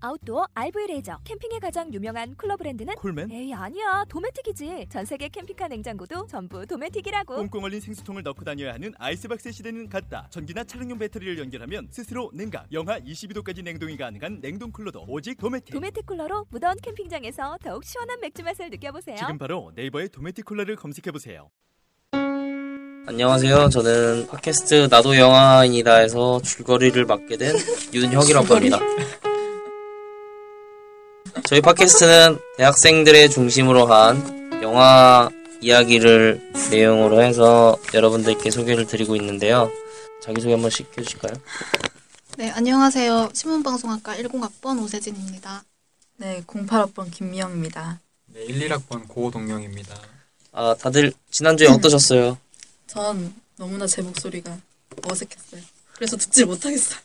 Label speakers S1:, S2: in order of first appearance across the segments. S1: 아웃도어 RV 레저 캠핑에 가장 유명한 쿨러 브랜드는
S2: 콜맨?
S1: 에이 아니야 도메틱이지 전 세계 캠핑카 냉장고도 전부 도메틱이라고
S2: 꽁꽁 얼린 생수통을 넣고 다녀야 하는 아이스박스 시대는 갔다. 전기나 차량용 배터리를 연결하면 스스로 냉각, 영하 22도까지 냉동이 가능한 냉동 쿨러도 오직 도메틱.
S1: 도메틱 쿨러로 무더운 캠핑장에서 더욱 시원한 맥주 맛을 느껴보세요
S2: 지금 바로 네이버에 도메틱 쿨러를 검색해 보세요.
S3: 안녕하세요. 저는 팟캐스트 나도 영화인이다에서 줄거리를 맡게 된 윤혁이라고 합니다. 저희 팟캐스트는 대학생들의 중심으로 한 영화 이야기를 내용으로 해서 여러분들께 소개를 드리고 있는데요. 자기소개 한 번씩 해주실까요?
S4: 네, 안녕하세요. 신문방송학과 10학번 오세진입니다.
S5: 네, 08학번 김미영입니다.
S6: 네, 1, 1학번 고호동경입니다.
S3: 아, 다들 지난주에 어떠셨어요?
S5: 전 너무나 제 목소리가 어색했어요. 그래서 듣질 못하겠어요.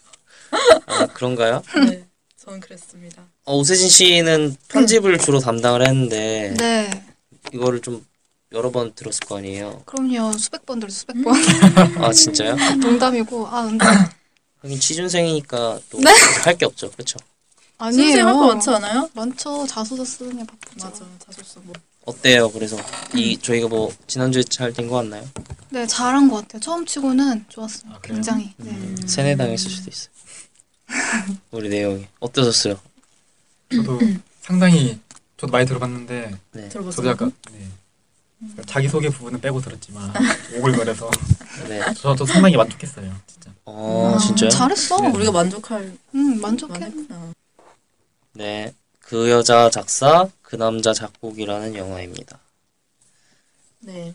S3: 아, 그런가요?
S5: 네, 전 그랬습니다.
S3: 어, 오세진 씨는 편집을 주로 담당을 했는데,
S4: 네,
S3: 이거를 좀 여러 번 들었을 거 아니에요?
S4: 그럼요. 수백 번 들어 수백 번.
S3: 아, 진짜요?
S4: 농담이고, 아, 근데
S3: 하긴 취준생이니까 또 할 게 없죠, 그렇죠?
S4: 아니에요.
S5: 할거 많지 않아요?
S4: 많죠. 자소서 쓰느냐 바쁘죠.
S5: 맞아, 자소서 뭐.
S3: 어때요? 그래서 이 저희가 뭐 지난주에 잘 된 거 같나요?
S4: 네, 잘한 것 같아요. 처음 치고는 좋았어요.
S6: 아, 그래요?
S4: 굉장히. 네.
S3: 음. 세뇌당했을 수도 있어요. 우리 내용이 어떠셨어요?
S6: 저도 상당히 저도 많이 들어봤는데
S3: 네,
S6: 저도
S5: 들어보세요.
S6: 약간 네. 자기 소개 부분은 빼고 들었지만 오글거려서
S3: 네.
S6: 저도 상당히 만족했어요. 진짜.
S3: 어
S5: 아,
S3: 진짜요?
S4: 잘했어.
S6: 네.
S5: 우리가 만족할
S4: 응, 만족해.
S5: 만했구나.
S3: 네, 그 여자 작사, 그 남자 작곡이라는 영화입니다.
S5: 네,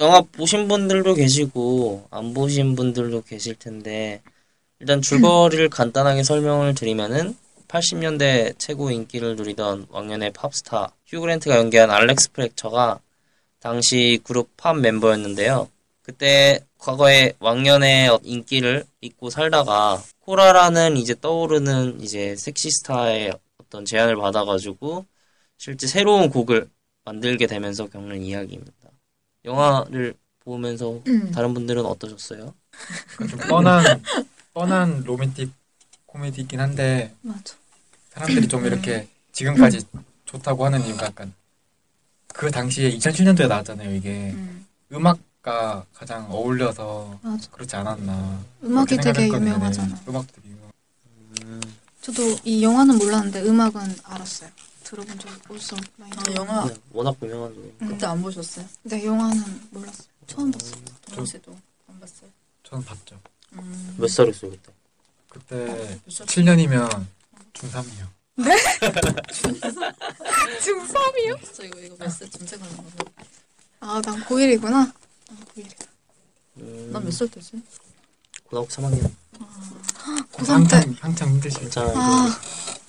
S3: 영화 보신 분들도 계시고 안 보신 분들도 계실 텐데 일단 줄거리를 간단하게 설명을 드리면은 80년대 최고 인기를 누리던 왕년의 팝스타 휴그랜트가 연기한 알렉스 프렉처가 당시 그룹 팝 멤버였는데요. 그때 과거에 왕년의 인기를 잊고 살다가 코라라는 이제 떠오르는 이제 섹시스타의 어떤 제안을 받아가지고 실제 새로운 곡을 만들게 되면서 겪는 이야기입니다. 영화를 보면서
S4: 음.
S3: 다른 분들은 어떠셨어요?
S6: 약간 좀 뻔한 뻔한 로맨틱 코미디이긴 한데
S4: 맞아.
S6: 사람들이 좀 이렇게 지금까지 좋다고 하는 이유가 약간 그 당시에 2007년도에 나왔잖아요. 이게
S5: 음.
S6: 음악과 가장 어울려서
S4: 맞아.
S6: 그렇지 않았나.
S4: 음악이
S6: 그렇게
S4: 되게
S6: 생각했거든요. 네.
S4: 유명하잖아.
S6: 음악도 되게 유명.
S4: 저도 이 영화는 몰랐는데 음악은 알았어요. 들어본 적 없어. 많이
S5: 아, 음. 영화
S3: 네, 워낙 유명한 노래.
S5: 그때 안 보셨어요?
S6: 음,
S4: 네, 영화는 몰랐어요. 처음 봤어요.
S5: 동원 씨도 안 봤어요?
S6: 저는 봤죠.
S5: 음,
S3: 몇 살이었어요 그때?
S6: 그때
S4: 어,
S5: 몇 살?
S6: 7년이면 중3이요.
S5: 지금 3이요? 진짜 이거 이거 몇살 검색하는 거죠?
S4: 아, 난 고1이구나. 난 고1이다.
S5: 난 몇 살 되지?
S3: 고등학교 3학년.
S4: 고3 때.
S6: 한참, 한참 힘드실 때.
S3: 괜찮아요.
S4: 아,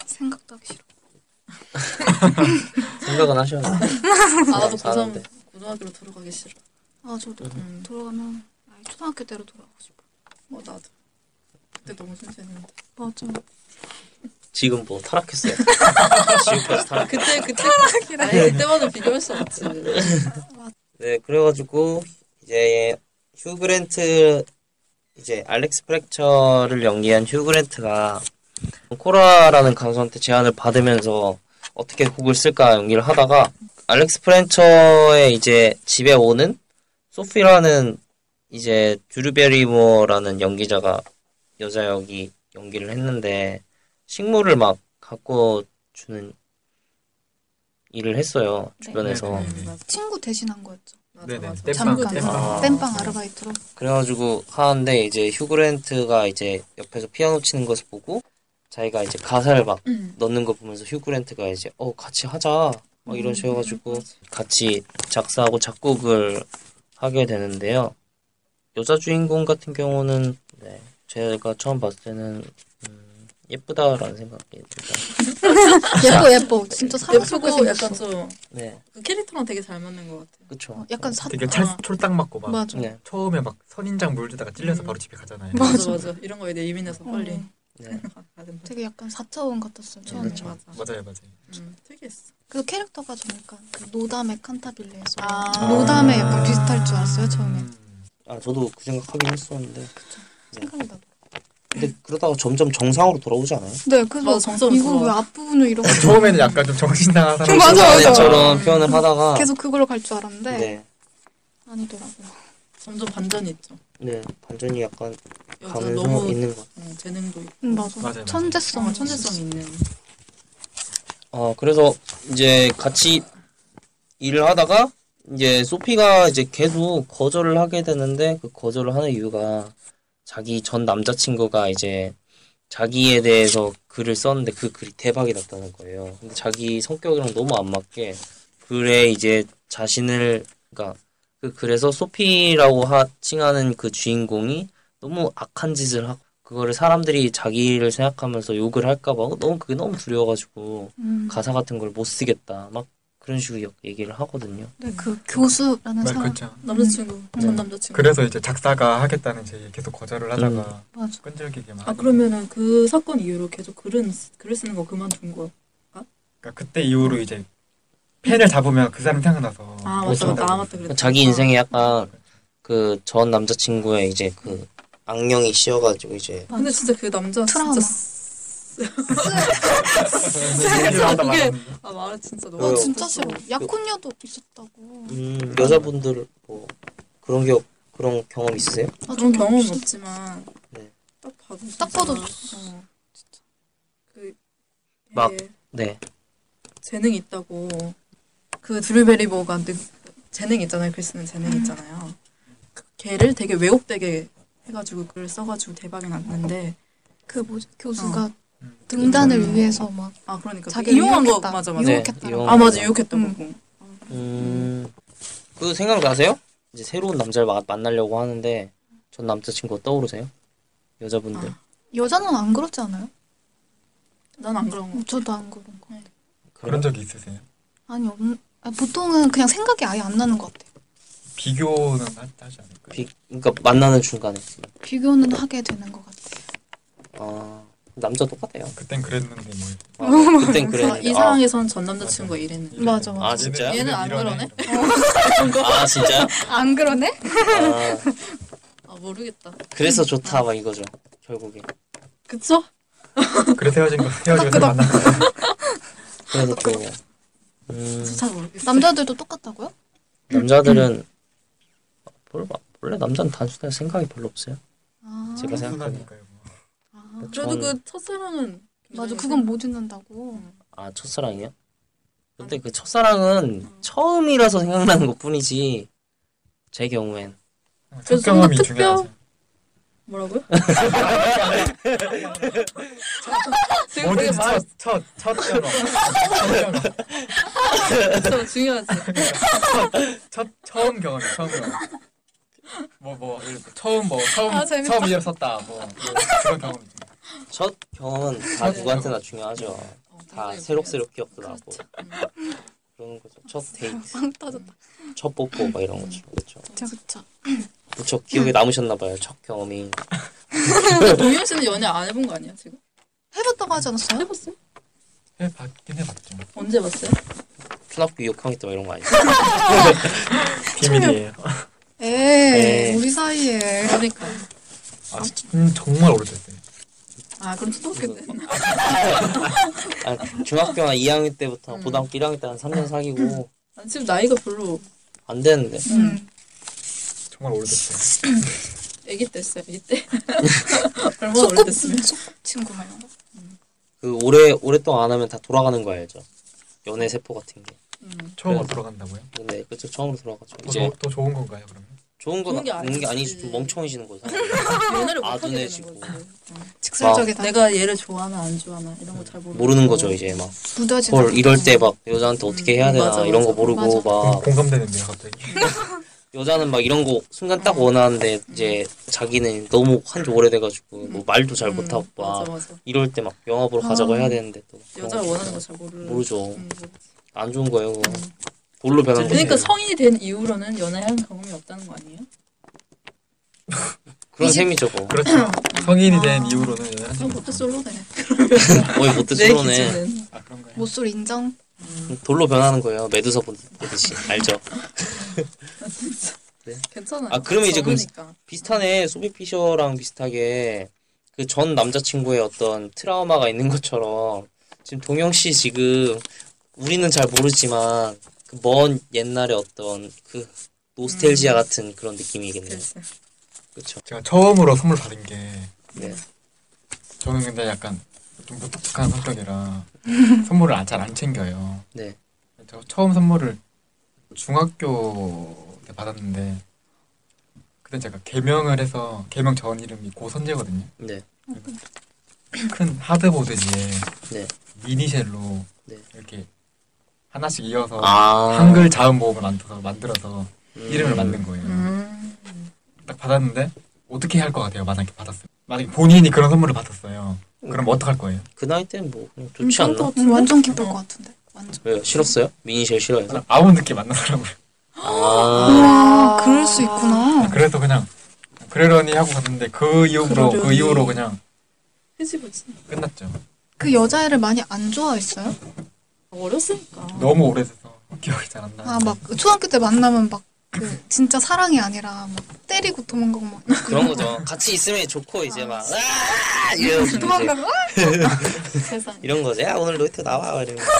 S4: 생각도 하기 싫어.
S3: 생각은 하셔야 돼요.
S5: 아, 나도
S3: 사는데.
S5: 고3 고등학교로 돌아가기 싫어.
S4: 아 저도
S5: 음.
S4: 돌아가면 아예 초등학교 때로 돌아가고 싶어.
S5: 어, 나도. 그때 너무 순수했는데.
S4: 맞아.
S3: 지금 뭐 타락했어요. 지금까지 타락.
S5: 그때 그때 아니 그때만은 비교할 수
S6: 음.
S5: 없지.
S3: 네, 그래가지고 이제 휴 그랜트 이제 알렉스 프렉처를 연기한 휴 그랜트가 코라라는 가수한테 제안을 받으면서 어떻게 곡을 쓸까 연기를 하다가 알렉스 프렌처의 이제 집에 오는 소피라는 이제 드류베리모라는 연기자가 여자 역이 연기를 했는데 식물을 막 갖고 주는 일을 했어요 주변에서
S6: 네, 네, 네.
S4: 친구 대신한 거였죠.
S5: 맞아,
S6: 네네.
S5: 맞아.
S6: 땜빵,
S4: 잠깐 어,
S6: 땜빵.
S4: 땜빵 아르바이트로.
S3: 그래가지고 하는데 이제 휴그랜트가 이제 옆에서 피아노 치는 것을 보고 자기가 이제 가사를 막
S5: 음.
S3: 넣는 거 보면서 휴그랜트가 이제 어 같이 하자 막 이런 식으가지고 같이 작사하고 작곡을 하게 되는데요. 여자 주인공 같은 경우는 네, 제가 처음 봤을 때는 음, 예쁘다라는 생각이 듭니다.
S4: 예뻐 예뻐 진짜 사랑스럽게
S5: 예쁘고
S4: 생겼어.
S5: 약간 좀 그
S3: 네,
S5: 캐릭터랑 되게 잘 맞는 것 같아.
S3: 그쵸.
S4: 어, 약간 사
S6: 되게 찰,
S5: 아.
S6: 쫄딱 맞고 막
S4: 맞아.
S3: 네,
S6: 처음에 막 선인장 물주다가 찔려서
S5: 음.
S6: 바로 집에 가잖아요.
S4: 맞아.
S5: 맞아 맞아. 이런 거에 내 예민해서 빨리
S4: 어.
S3: 네.
S5: 가- 가야 된다.
S4: 되게 약간 4차원 같았어요 처음에.
S3: 그렇죠.
S5: 맞아.
S6: 맞아요, 맞아요.
S5: 음, 특이했어.
S4: 그래서 캐릭터가 좀 약간 그 노담의 칸타빌레에서
S5: 아.
S4: 노담에 약간 비슷할 줄 알았어요 처음에.
S6: 음.
S3: 아, 저도 그 생각하긴 했었는데.
S4: 생각이 나도.
S3: 근데 그러다가 점점 정상으로 돌아오지 않아요?
S4: 네 그래서
S5: 맞아, 정성이
S4: 이거
S5: 들어와.
S4: 왜 앞부분을 이렇게
S6: 처음에는 약간 좀 정신 나간 사람.
S4: 맞아, 맞아.
S3: 처럼 표현을 하다가.
S4: 계속 그걸로 갈 줄 알았는데
S3: 네,
S4: 아니더라고.
S5: 점점 반전이 있죠.
S3: 네, 반전이 약간
S5: 여자
S3: 감이
S5: 너무
S3: 있는 것
S5: 어, 재능도 있고
S4: 응, 음, 맞아. 음.
S6: 맞아요, 맞아요.
S4: 천재성
S5: 어, 천재성이 있는.
S3: 어, 그래서 이제 같이 일을 하다가 이제 소피가 이제 계속 거절을 하게 되는데 그 거절을 하는 이유가 자기 전 남자친구가 이제 자기에 대해서 글을 썼는데 그 글이 대박이 났다는 거예요. 근데 자기 성격이랑 너무 안 맞게 글에 이제 자신을 그러니까 그 글에서 소피라고 하, 칭하는 그 주인공이 너무 악한 짓을 하고 그거를 사람들이 자기를 생각하면서 욕을 할까 봐 너무 그게 너무 두려워가지고
S4: 음.
S3: 가사 같은 걸 못 쓰겠다 막 그런 식으로 역- 얘기를 하거든요.
S4: 네, 그 교수라는
S6: 맞-
S4: 사람.
S6: 그렇죠.
S5: 남자친구, 전
S3: 음.
S5: 남자친구.
S6: 그래서 이제 작사가 하겠다는 제의 계속 거절을 하다가
S4: 맞아.
S6: 끈질기게 막.
S5: 음. 아 그러면은 그 사건 이후로 계속 글은 글을 쓰는 거 그만둔 거.
S6: 그러니까 그때 이후로 이제 펜을 잡으면 그 사람 생각나서.
S5: 아
S3: 그렇죠.
S5: 맞다 맞다. 아 맞다 그랬다.
S3: 자기 인생에 약간 그 전 남자친구의 이제 그 악령이 씌어가지고 이제
S5: 근데 진짜 그 남자
S4: 트라우마.
S5: 진짜 쓰-
S6: 얘기를 하다
S5: 그게-
S6: 말았는데.
S5: 아 말은 진짜 너무.
S4: 아
S3: 그-
S4: 진짜 싫어.
S5: 슬펐어.
S4: 약혼녀도 있었다고.
S3: 음, 여자분들 뭐 그런 게 그런 경험 있으세요?
S4: 아,
S5: 그런
S4: 저는
S5: 경험은
S4: 진짜-
S5: 없지만
S3: 네.
S5: 딱 봐도
S4: 딱 봐도
S5: 진짜,
S4: 좋았어.
S5: 어, 진짜 그
S3: 막-
S5: 되게
S3: 네,
S5: 재능 이 있다고 그 드류베리버가 느- 재능 있잖아요 글 쓰는 재능
S4: 음.
S5: 있잖아요 그 걔를 되게 왜곡되게 해가지고 글을 써가지고 대박이 났는데
S4: 그 뭐지 교수가
S6: 음.
S4: 등단을
S5: 음.
S4: 위해서 막
S5: 아 그러니까
S4: 자기
S5: 그 이용한 거
S4: 유혹했다.
S5: 맞아 맞아
S3: 네,
S4: 유혹했다.
S3: 이런
S5: 아 맞아
S3: 거.
S5: 유혹했던
S4: 음.
S5: 거고
S3: 음, 그 생각 나세요? 이제 새로운 남자를 마- 만나려고 하는데 전 남자친구 떠오르세요? 여자분들
S5: 아.
S4: 여자는 안 그렇지 않아요?
S5: 난 안 그런 거
S3: 음,
S4: 저도 안 그런 거.
S5: 네.
S6: 그런 적이 있으세요?
S4: 아니 없. 아, 보통은 그냥 생각이 아예 안 나는 것 같아요.
S6: 비교는 하- 하지 않을까요?
S3: 비, 그러니까 만나는 중간에
S4: 비교는 하게 되는 것 같아요.
S3: 아 남자 똑같아요.
S6: 그땐 그랬는데
S3: 아,
S6: 뭐.
S3: 네. 그땐
S5: 아,
S3: 그랬는데
S5: 이
S3: 아,
S5: 상황에선 전 남자친구가 이랬는데
S6: 이래.
S4: 맞아, 맞아.
S3: 아, 진짜요?
S6: 얘는-
S5: 얘는 안
S6: 이러네,
S5: 그러네.
S6: 이러네.
S3: 아 진짜요?
S4: 안 그러네?
S3: 아,
S5: 아 모르겠다
S3: 그래서 좋다 막 이거죠 결국에
S5: 그쵸?
S6: 그래서 헤어진 거 헤어지고
S4: 따끄덕.
S6: 만난 거예요.
S3: 그래서 좋아 음,
S5: 잘 모르겠어
S4: 남자들도 똑같다고요?
S3: 남자들은 별로 막- 원래 남자는 단순한 생각이 별로 없어요
S4: 아,
S3: 제가 생각하기에
S6: 순간이니까요. 뭐.
S4: 아.
S5: 그래도
S3: 저는-
S5: 그 첫사랑은
S4: 맞아
S5: 굉장히
S4: 그건 못 잊는다고.
S5: 음.
S3: 아 첫사랑이요? 근데 그 첫사랑은 처음이라서 생각나는 것뿐이지 제 경우엔
S6: 첫
S5: 그래서
S6: 경험이
S5: 특별-
S6: 중요하죠.
S5: 뭐라고요? 지금 되게
S6: 모든
S5: 말
S6: 첫첫첫 경험. 첫 경험.
S5: 진짜 중요하지.
S6: 첫 처음 경험 처음 경험 뭐뭐 처음 뭐 처음
S5: 아, 재밌다.
S6: 처음 이름 썼다 뭐, 뭐 그런 경험이지
S3: 첫 경험은 다 누구한테나 중요하죠
S5: 어,
S3: 다
S5: 굉장히
S3: 새록새록 기억도 나고
S5: 중요하지. 음,
S3: 그러는 거죠 첫 데이트
S4: 빵 어, 터졌다.
S3: 첫 뽀뽀 막 이런 거죠 그렇죠
S4: 그쵸 그쵸.
S3: 무척 기억에 남으셨나 봐요 첫 경험이
S5: 근데 동현 씨는 연애 안 해본 거 아니야 지금?
S4: 해봤다고 하지
S5: 안
S4: 않았어요?
S5: 해봤어요?
S6: 해봤긴 해봤죠
S5: 언제 봤어요?
S3: 초등학교 6학년 때 막 이런 거 아니에요?
S6: 비밀이에요
S4: 에이
S3: 에이.
S4: 우리 사이에.
S5: 그러니까.
S6: 아 진- 정말 오래됐어요
S5: 아 그럼
S3: 음.
S5: 초등학교 때.
S3: 아, 중학교 한 2학년 때부터
S5: 음.
S3: 고등학교 1학년 때 한 3년 사귀고
S5: 난 아, 지금 나이가 별로.
S3: 안 되는데
S4: 음.
S6: 정말 오래됐어요
S5: 아기 때였어요. 아기 때. 얼마나
S4: 소꿉
S5: 오래됐으면.
S4: 소꿉 친구 말고.
S3: 그 오래 오랫동안 안 하면 다 돌아가는 거 알죠? 연애 세포 같은 게.
S5: 음.
S6: 처음으로
S3: 그래서-
S6: 돌아간다고요?
S3: 근데 그쵸 처음으로 돌아가죠.
S6: 또,
S3: 이제
S6: 좋- 또 좋은 건가요 그러면?
S3: 좋은 건
S5: 좋은 게
S3: 없는 게
S5: 아니지.
S3: 아니지 좀 멍청해지는 거죠.
S5: 연애를 못
S3: 아,
S5: 하게 되는
S3: 눈에지고.
S5: 거지.
S4: 직설적이다.
S5: 내가 얘를 좋아하나 안 좋아하나 이런 거 잘 모르.
S3: 모르는 거죠 이제
S4: 무뎌지다.
S3: 막헐 이럴 때 막 여자한테 어떻게 해야
S5: 음,
S3: 되나
S5: 맞아,
S3: 이런 거
S5: 맞아.
S3: 모르고
S4: 맞아.
S6: 공-
S3: 막
S6: 공감되는데요 갑자기
S3: 여자는 막 이런 거 순간 딱 원하는데 이제 자기는 너무 한지 오래돼가지고 뭐 말도 잘
S5: 음,
S3: 못하고 막
S5: 맞아 맞아.
S3: 이럴 때 막 영화 보러 가자고
S5: 아.
S3: 해야 되는데 또 그런
S5: 여자가
S3: 거
S5: 원하는 거 잘 모르는.
S3: 어. 모르죠.
S5: 음,
S3: 안 좋은 거예요. 그거. 돌로 변한 거지.
S5: 그러니까 성인이 된 이후로는 연애한 경험이 없다는 거
S3: 음.
S5: 아니에요?
S3: 그런
S5: 이십-
S3: 셈이죠. 그거.
S6: 그렇죠. 성인이 된 이후로는 연애를 하지
S5: 좀 그것도 솔로네.
S3: 거의 못
S5: 내
S3: 듣으로네
S5: 기준은.
S6: 아 그런 거예요.
S4: 못쏠 인정.
S3: 돌로 변하는 거예요. 매두서 보- 보듯이 알죠.
S5: 괜찮아요.
S3: 아, 그러면 이제 그럼-
S5: 적으니까.
S3: 비슷하네. 소비 피셔랑 비슷하게 그 전 남자친구의 어떤 트라우마가 있는 것처럼 지금 동영 씨 지금 우리는 잘 모르지만 그 먼 옛날의 어떤 그 노스텔지아
S5: 음.
S3: 같은 그런 느낌이겠네요.
S5: 글쎄.
S3: 그렇죠.
S6: 제가 처음으로 선물 받은 게
S3: 네.
S6: 저는 근데 약간 좀 무뚝뚝한 성격이라 선물을 잘 안 챙겨요.
S3: 네.
S6: 저 처음 선물을 중학교 때 받았는데 그때 제가 개명을 해서 개명 전 이름이 고선재거든요.
S3: 네.
S6: 큰 하드보드지에
S3: 네.
S6: 미니쉘로
S3: 네.
S6: 이렇게 하나씩 이어서
S3: 아.
S6: 한글 자음 모음을 만들어서, 만들어서
S3: 음.
S6: 이름을 만든 거예요.
S5: 음.
S6: 딱 받았는데 어떻게 할 것 같아요? 만약에 받았어요. 만약에 본인이 그런 선물을 받았어요. 그럼 어떡할 거예요?
S3: 그 나이 때는 뭐 그냥 좋지
S5: 음,
S3: 않나?
S5: 그것도-
S4: 음, 완전 기쁠 것 같은데. 완전.
S3: 왜요? 싫었어요? 미니 쉘 싫어요?
S6: 저는 아무 느낌 안 나더라고요.
S3: 아.
S4: 우와, 그럴 수 있구나.
S6: 그래서 그냥 그러려니 하고 갔는데 그 이후로 그
S5: 그러려니.
S6: 이후로 그냥
S5: 흐지부지.
S6: 끝났죠.
S4: 그 여자애를 많이 안 좋아했어요?
S5: 어렸으니까.
S6: 너무 오래돼서 기억이 잘 안 나.
S4: 아, 막 초등학교 때 만나면 막 그 진짜 사랑이 아니라 막 때리고 도망가고 막
S3: 그런 거죠. 같이 있으면 좋고 이제 막 아! 이러면서 이제
S4: 도망가고
S5: 세상에.
S3: 이런 거죠. 야 오늘 로이터 나와 이러면서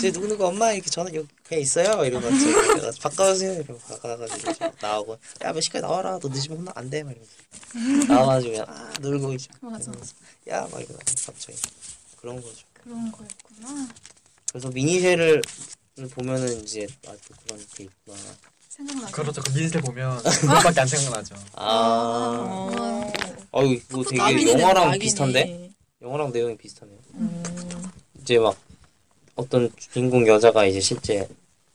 S3: 제 누구 누구 엄마 이렇게 저는 여기 그냥 있어요 이러면서 이렇게 바꿔주세요 이러고 바꿔가지고 이제 나오고 야 몇 시까지 나와라 너 늦으면 혼나 안돼 이러면서 나와가지고 그냥 아 놀고 이제
S4: 맞아.
S3: 야막 이러고 갑자기 그런 거죠.
S4: 그런 거였구나.
S3: 그래서 미니쉘을 보면은 이제 아또 그런 게 있구나.
S4: 생각나죠.
S6: 그렇죠. 그 미니셀 보면 그거밖에 안 생각나죠.
S3: 아,
S5: 어.
S3: 어유 이거 되게
S5: 아, 까미니는
S3: 영화랑
S5: 악이네.
S3: 비슷한데? 영화랑 내용이 비슷하네요.
S5: 음.
S3: 이제 막 어떤 주인공 여자가 이제 실제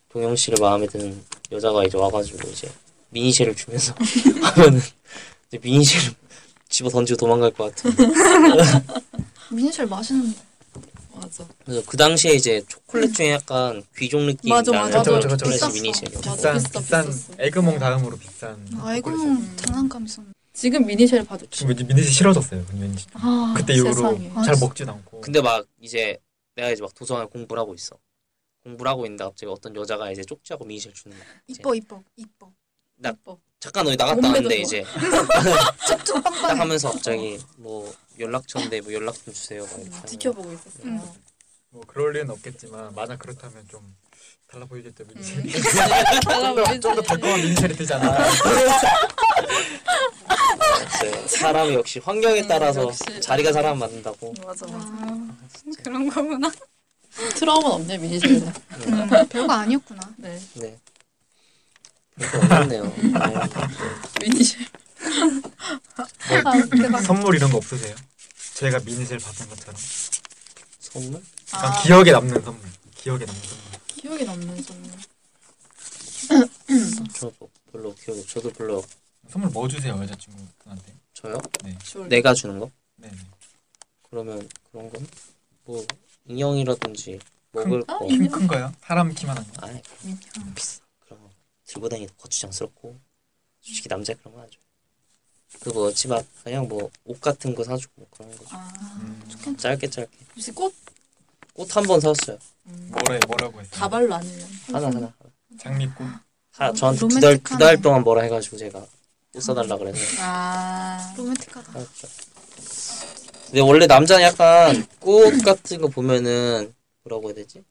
S3: 동영 씨를 마음에 드는 여자가 이제 와가지고 이제 미니쉘을 주면서 하면은 이제 미니쉘을 집어 던지고 도망갈 것 같은.
S4: 미니쉘 맛있는데.
S5: 맞아.
S3: 그래서 그 당시에 이제 초콜릿 중에 약간 귀족 느낌
S5: 맞아, 맞아.
S3: 나는
S6: 그쵸, 그쵸, 그쵸.
S3: 초콜릿이
S4: 비쌌어.
S3: 미니쉘이.
S5: 맞아,
S6: 비싼
S5: 비싸,
S6: 비싼
S5: 비쌌어.
S6: 에그몽 다음으로 비싼.
S4: 아이고
S6: 초콜릿이에요.
S4: 장난감 있었는데.
S5: 지금 미니쉘 봐줬지.
S6: 지금 왠지 미니셀 싫어졌어요. 왠지
S5: 아,
S6: 그때 이후로
S5: 세상에.
S4: 아,
S6: 잘
S4: 진짜.
S6: 먹지도 않고.
S3: 근데 막 이제 내가 이제 막 도서관에 공부를 하고 있어. 공부를 하고 있는데 갑자기 어떤 여자가 이제 쪽지하고 미니쉘 주는 거야.
S4: 이뻐
S5: 네.
S4: 이뻐 이뻐.
S3: 나-
S5: 예뻐.
S3: 잠깐 어디 나갔다
S5: 몸매도
S3: 왔는데
S5: 좋아.
S3: 이제
S4: 좀
S3: 딱
S4: 빵빵해.
S3: 하면서 갑자기 뭐 연락처인데 뭐 연락 좀 주세요. 막 이렇게 하는 거야.
S5: 지켜보고 있었어요.
S3: 음.
S4: 응.
S6: 뭐 그럴 리는 없겠지만 만약 그렇다면 좀 달라 보이겠죠 미니셀이.
S5: 좀더
S6: 그건 미니셀이 되지 않을까.
S3: 네, 사람이 역시 환경에
S5: 음,
S3: 따라서
S5: 역시.
S3: 자리가 사람 맞는다고.
S5: 맞아 맞아.
S4: 아, 그런 거구나.
S5: 트라우마 없네 미니쉘은.
S4: 음, 별거 아니었구나.
S5: 네.
S3: 네. 별거 어렵네요.
S5: 미니쉘.
S4: 아, 근데 막
S6: 선물 이런 거 없으세요? 제가 미니셀 받은 것처럼.
S3: 선물?
S6: 약간 기억에 남는 선물. 기억에 남는 선물.
S5: 기억에 남는 선물.
S3: 저도 뭐 별로 기억이 없- 저도 별로
S6: 선물 뭐 주세요 여자친구한테?
S3: 저요?
S5: 주얼.
S3: 내가 주는 거?
S6: 네.
S3: 그러면 그런 건? 뭐 인형이라든지 먹을
S5: 아,
S3: 거.
S6: 큰 큰 거요? 네. 사람 키만한 거.
S3: 아이
S5: 인형.
S3: 비싸. 그런 거 들고 다니기 거추장스럽고 솔직히 남자 그런 거 하죠. 그뭐집앞 그냥 뭐 옷 같은 거 사주고 뭐 그런 거죠.
S5: 아,
S6: 음,
S3: 짧게 짧게.
S5: 혹시 꽃
S3: 꽃 한 번 샀어요.
S6: 뭐래 뭐라고 했어요?
S5: 다발로 아니면
S3: 하나 하나.
S6: 장미꽃.
S3: 하, 저한테
S4: 로맨틱하네.
S3: 아, 두달 두 달 동안 뭐라 해가지고 제가 옷 사달라 그래서
S5: 아
S4: 로맨틱하다.
S3: 알았죠. 근데 원래 남자는 약간 꽃 같은 거 보면은 뭐라고 해야 되지?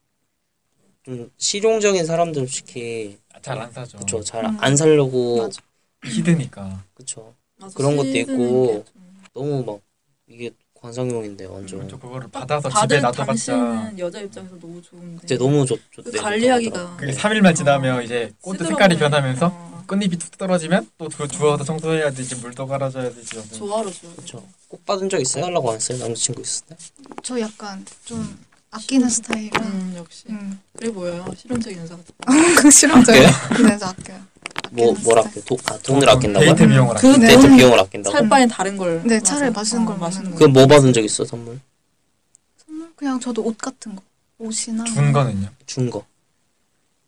S3: 좀 실용적인 사람들 솔직히
S6: 아, 잘 안 사죠.
S3: 그쵸 잘
S4: 음.
S3: 안 살려고
S4: 맞아.
S6: 히드니까.
S3: 그쵸
S5: 맞아,
S3: 그런 것도
S5: 시드는
S3: 있고.
S5: 게 좀-
S3: 너무 막 이게 관상용인데 완전
S6: 저 그거를 받아서 집에
S5: 받을
S6: 놔둬봤자
S5: 당시에는 여자 입장에서 너무 좋은데.
S3: 그때 너무 좋
S5: 그
S3: 좋대 네.
S5: 관리하기가
S6: 그게 3일만 지나면 이제 꽃도 색깔이
S5: 쓰더라고요.
S6: 변하면서
S5: 어,
S6: 꽃잎이 툭 떨어지면 또 그 주워서 청소해야 되지 물도 갈아줘야 되지.
S5: 조화로 줘야 돼.
S3: 그쵸 꽃 받은 적 있어요? 하려고 안 했어요? 남자친구 있을 때?
S4: 저 약간 좀 아끼는 스타일이라.
S5: 음, 역시.
S4: 음.
S5: 그래 보여요. 실험적인 여자 같아.
S4: 실험적이야. 네, 저 아껴요.
S3: 뭐 뭘 아껴? 돈- 아, 돈을 아낀다고요?
S6: 데이트 비용을
S5: 그
S6: 아낀다.
S5: 네.
S3: 데이트
S5: 돈-
S3: 비용을 아낀다고?
S5: 살 바엔 다른 걸.
S4: 네,
S5: 맞아요. 어,
S4: 차라리 맛있는 걸 먹는 거.
S3: 그럼 뭐 받은 적 있어 선물?
S4: 선물? 그냥 저도 옷 같은 거. 옷이나
S6: 준 거는요?
S3: 준 거.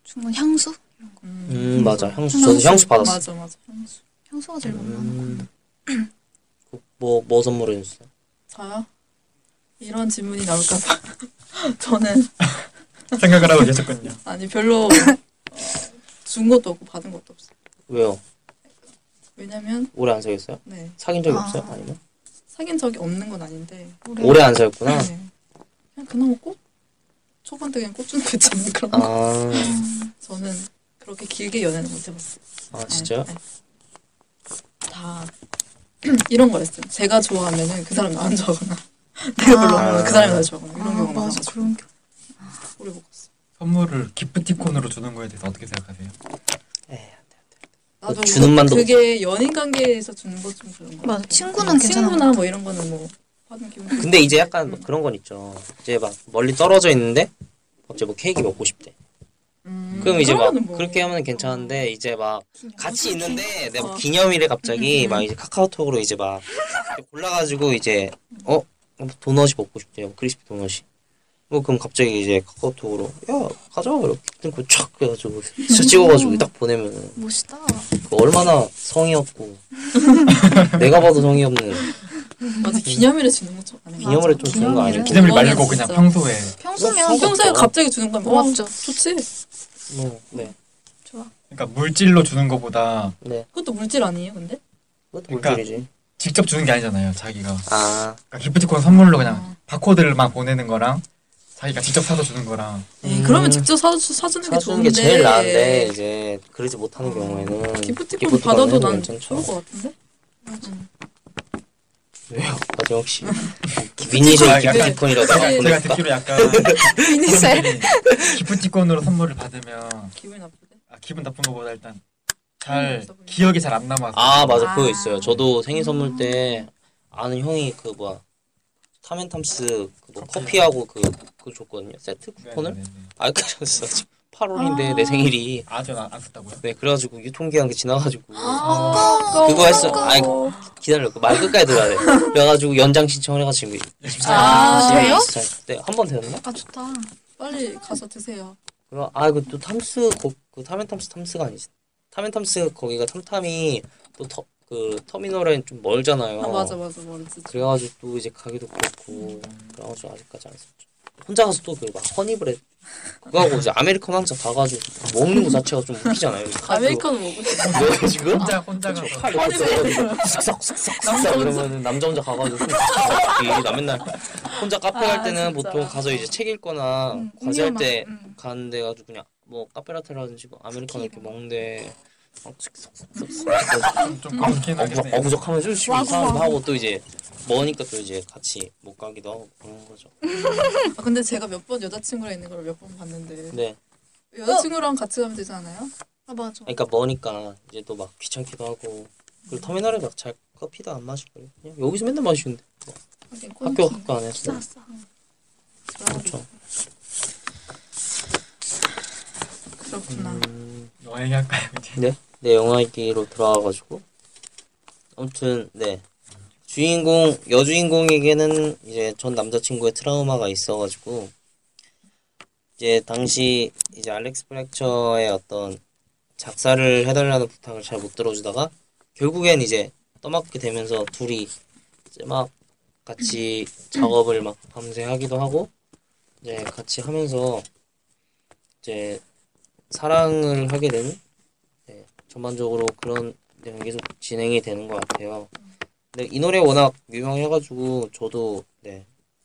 S4: 준건 향수?
S5: 음.
S3: 음 맞아 향수 저도 향수 받았어.
S5: 맞아, 맞아. 향수.
S4: 향수가 제일 많이 나는 것 같아요.
S3: 음. 뭐뭐 선물해 줬어?
S5: 저요? 이런 질문이 나올까봐. 저는,
S6: 생각을 하고 계셨군요.
S5: 아니, 별로, 어, 준 것도 없고, 받은 것도 없어요.
S3: 왜요?
S5: 왜냐면,
S3: 오래 안 사귀었어요?
S5: 네.
S3: 사귄 적이
S4: 아.
S3: 없어요? 아니면
S5: 사귄 적이 없는 건 아닌데,
S3: 오래 안 사귀었구나.
S5: 네. 그냥 그나마 꽃? 초반 때 그냥 꽃 주는 거 있지 않나, 그런 거.
S3: 아,
S5: 저는 그렇게 길게 연애는 못 해봤어요.
S3: 아 진짜요?
S5: 네, 네. 다, 이런 거였어요. 제가 좋아하면은 그 사람 나안 좋아하거나, 내가 별로 안 좋아하면 그 사람이 나 좋아하거나, 이런
S4: 아,
S5: 경우가
S4: 맞아.
S5: 많아가지고.
S4: 그런 게
S5: 오래 못 갔어요.
S6: 선물을 기프티콘으로 주는 거에 대해서 어떻게 생각하세요?
S5: 음,
S3: 네. 예. 뭐
S5: 나도
S3: 주는 만도
S5: 그게 연인 관계에서 주는 것 좀 그런 거
S4: 맞아.
S5: 같아요.
S4: 친구는 괜찮아.
S5: 친구나 뭐 이런 거는 뭐 받은 기분
S3: 근데 이제 약간 뭐 그런 건 있죠. 이제 막 멀리 떨어져 있는데 갑자기 뭐 케이크 먹고 싶대. 그럼 이제 막 그렇게 하면 괜찮은데 이제 막 같이 있는데 내가 뭐
S5: 어.
S3: 기념일에 갑자기
S5: 음,
S3: 막 이제 카카오톡으로 이제 막 골라가지고 이제 어 도넛이 먹고 싶대요. 크리스피 도넛이. 뭐 그럼 갑자기 이제 카카오톡으로 야 가자 이렇게 뜬거 촥 해가지고 진짜 찍어가지고 딱 보내면은
S4: 멋있다.
S5: 어,
S3: 그 얼마나 성의 없고 내가 봐도 성의 없는
S5: 맞아 기념일에 주는 것처럼 안 해.
S3: 네. 기념일에 좀 주는 거 아니야?
S4: 기념일에?
S6: 기념일 말고
S5: 진짜.
S6: 그냥 평소에
S4: 평소면
S3: 뭐,
S5: 평소에
S3: 어.
S5: 갑자기 주는 거면 와
S4: 고맙죠.
S5: 좋지.
S3: 뭐, 네,
S6: 그러니까 물질로 주는 거보다
S3: 네.
S5: 그것도 물질 아니에요 근데?
S3: 그것도
S6: 그러니까-
S3: 물질이지.
S6: 직접 주는 게 아니잖아요. 자기가
S3: 아,
S6: 그러니까 기프티콘 선물로
S5: 음.
S6: 그냥 바코드를 막 보내는 거랑 자기가 직접 사서 주는 거랑
S5: 에이,
S3: 음.
S5: 네, 그러면 직접 사, 사주는 게
S3: 사주는
S5: 좋은데
S3: 게 제일 나은데 이제 그러지 못하는
S5: 어.
S3: 경우에는
S5: 기프티콘 받아도
S3: 해도
S5: 난
S3: 괜찮죠.
S5: 좋을 것 같은데? 음.
S3: 왜요? 나도 혹시 미니쉐
S6: 기프티콘.
S3: 기프티콘이라도
S6: 제가,
S3: 하나
S6: 제가
S3: 보낼까?
S6: 듣기로 약간
S4: 미니셀.
S6: 기프티콘으로 선물을 받으면
S5: 기분이 나쁘대.
S6: 아, 기분 나쁜 거보다 일단
S4: 음,
S6: 잘
S5: 없어 보이네.
S6: 기억이 잘 안 남아서
S3: 아 맞아 그거
S4: 아.
S3: 있어요. 저도 생일 선물 때 아는 형이 그 뭐야 타멘탐스 그뭐 커피하고 그 그거 줬거든요. 세트 쿠폰을
S6: 네네네.
S3: 아까졌어. 8월인데 내 생일이
S6: 아, 저안 썼다고요?
S3: 네 그래가지고 유통기한 게 지나가지고
S4: 어.
S6: 아,
S3: 그거 했어. 아니 기다려 말 끝까지 들어야 돼. 그래가지고 연장 신청을 해가지고 지금
S4: 아,
S3: 지금
S4: 그래요?
S3: 있어요. 네, 한 번 되었나?
S4: 아, 좋다.
S5: 빨리 가서 드세요.
S3: 그럼 아 이거 또 탐스 거, 그 타멘탐스 탐스가 아니지 타멘탐스 거기가 탐탐이 또 그 터미널엔 좀 멀잖아요.
S5: 아 맞아 맞아 모르지.
S3: 어. 그래가지고 또 이제 가기도 그렇고 그래가지고 아직까지 안 썼죠. 혼자 가서 또 그 막 허니브레 그거 하고 이제 아메리카노 한잔 가가지고 먹는 거 자체가 좀 웃기잖아요.
S5: 아메리카노 먹고 싶어.
S3: 뭐 지금?
S6: 혼자 혼자 가서
S3: 칼 이렇게 써가지고 쓱싹쓱싹 그러면은 남자 혼자 가가지고 이게 나 맨날 혼자 카페 갈
S5: 아,
S3: 때는
S5: 진짜.
S3: 보통 가서 이제 책 읽거나
S4: 음,
S3: 과제할
S4: 음료만,
S3: 때
S4: 음.
S3: 가는데 가지고 그냥 뭐 카페라테라든지 뭐 아메리카노 이렇게 먹는데 막 쓱싹쓱싹
S6: 좀그
S4: 아,
S3: 어구-
S6: 긴 하겠네요.
S3: 어구적하면서 씩 이상하기도 하고 또 이제 머니까 또 이제 같이 못 가기도 하고 그런 거죠.
S5: 아 근데 제가 몇 번 여자친구랑 있는 걸 몇 번 봤는데
S3: 근데
S5: 여자친구랑 같이 가면 되지 않아요?
S4: 아, 맞아.
S3: 그러니까 머니까 이제 또 막 귀찮기도 하고 그리고 터미널에 막잘 커피도 안 마실 거예요. 그냥 여기서 맨날 마시는데
S5: 하긴
S3: 학교 학교 안 했어.
S4: 싸, 싸.
S3: 그렇죠.
S5: 그렇구나.
S3: 음,
S6: 너 얘기할까요? 이제?
S3: 네, 영화 얘기로 돌아와가지고 아무튼 네 주인공 여주인공에게는 이제 전 남자친구의 트라우마가 있어가지고 이제 당시 이제 알렉스 프렉처의 어떤 작사를 해달라는 부탁을 잘 못 들어주다가 결국엔 이제 떠맡게 되면서 둘이 이제 막 같이 작업을 막 밤새 하기도 하고 이제 같이 하면서 이제 사랑을 하게 되는 네, 전반적으로 그런 내용이 계속 진행이 되는 것 같아요. 근데 이 노래 워낙 유명해가지고 저도 네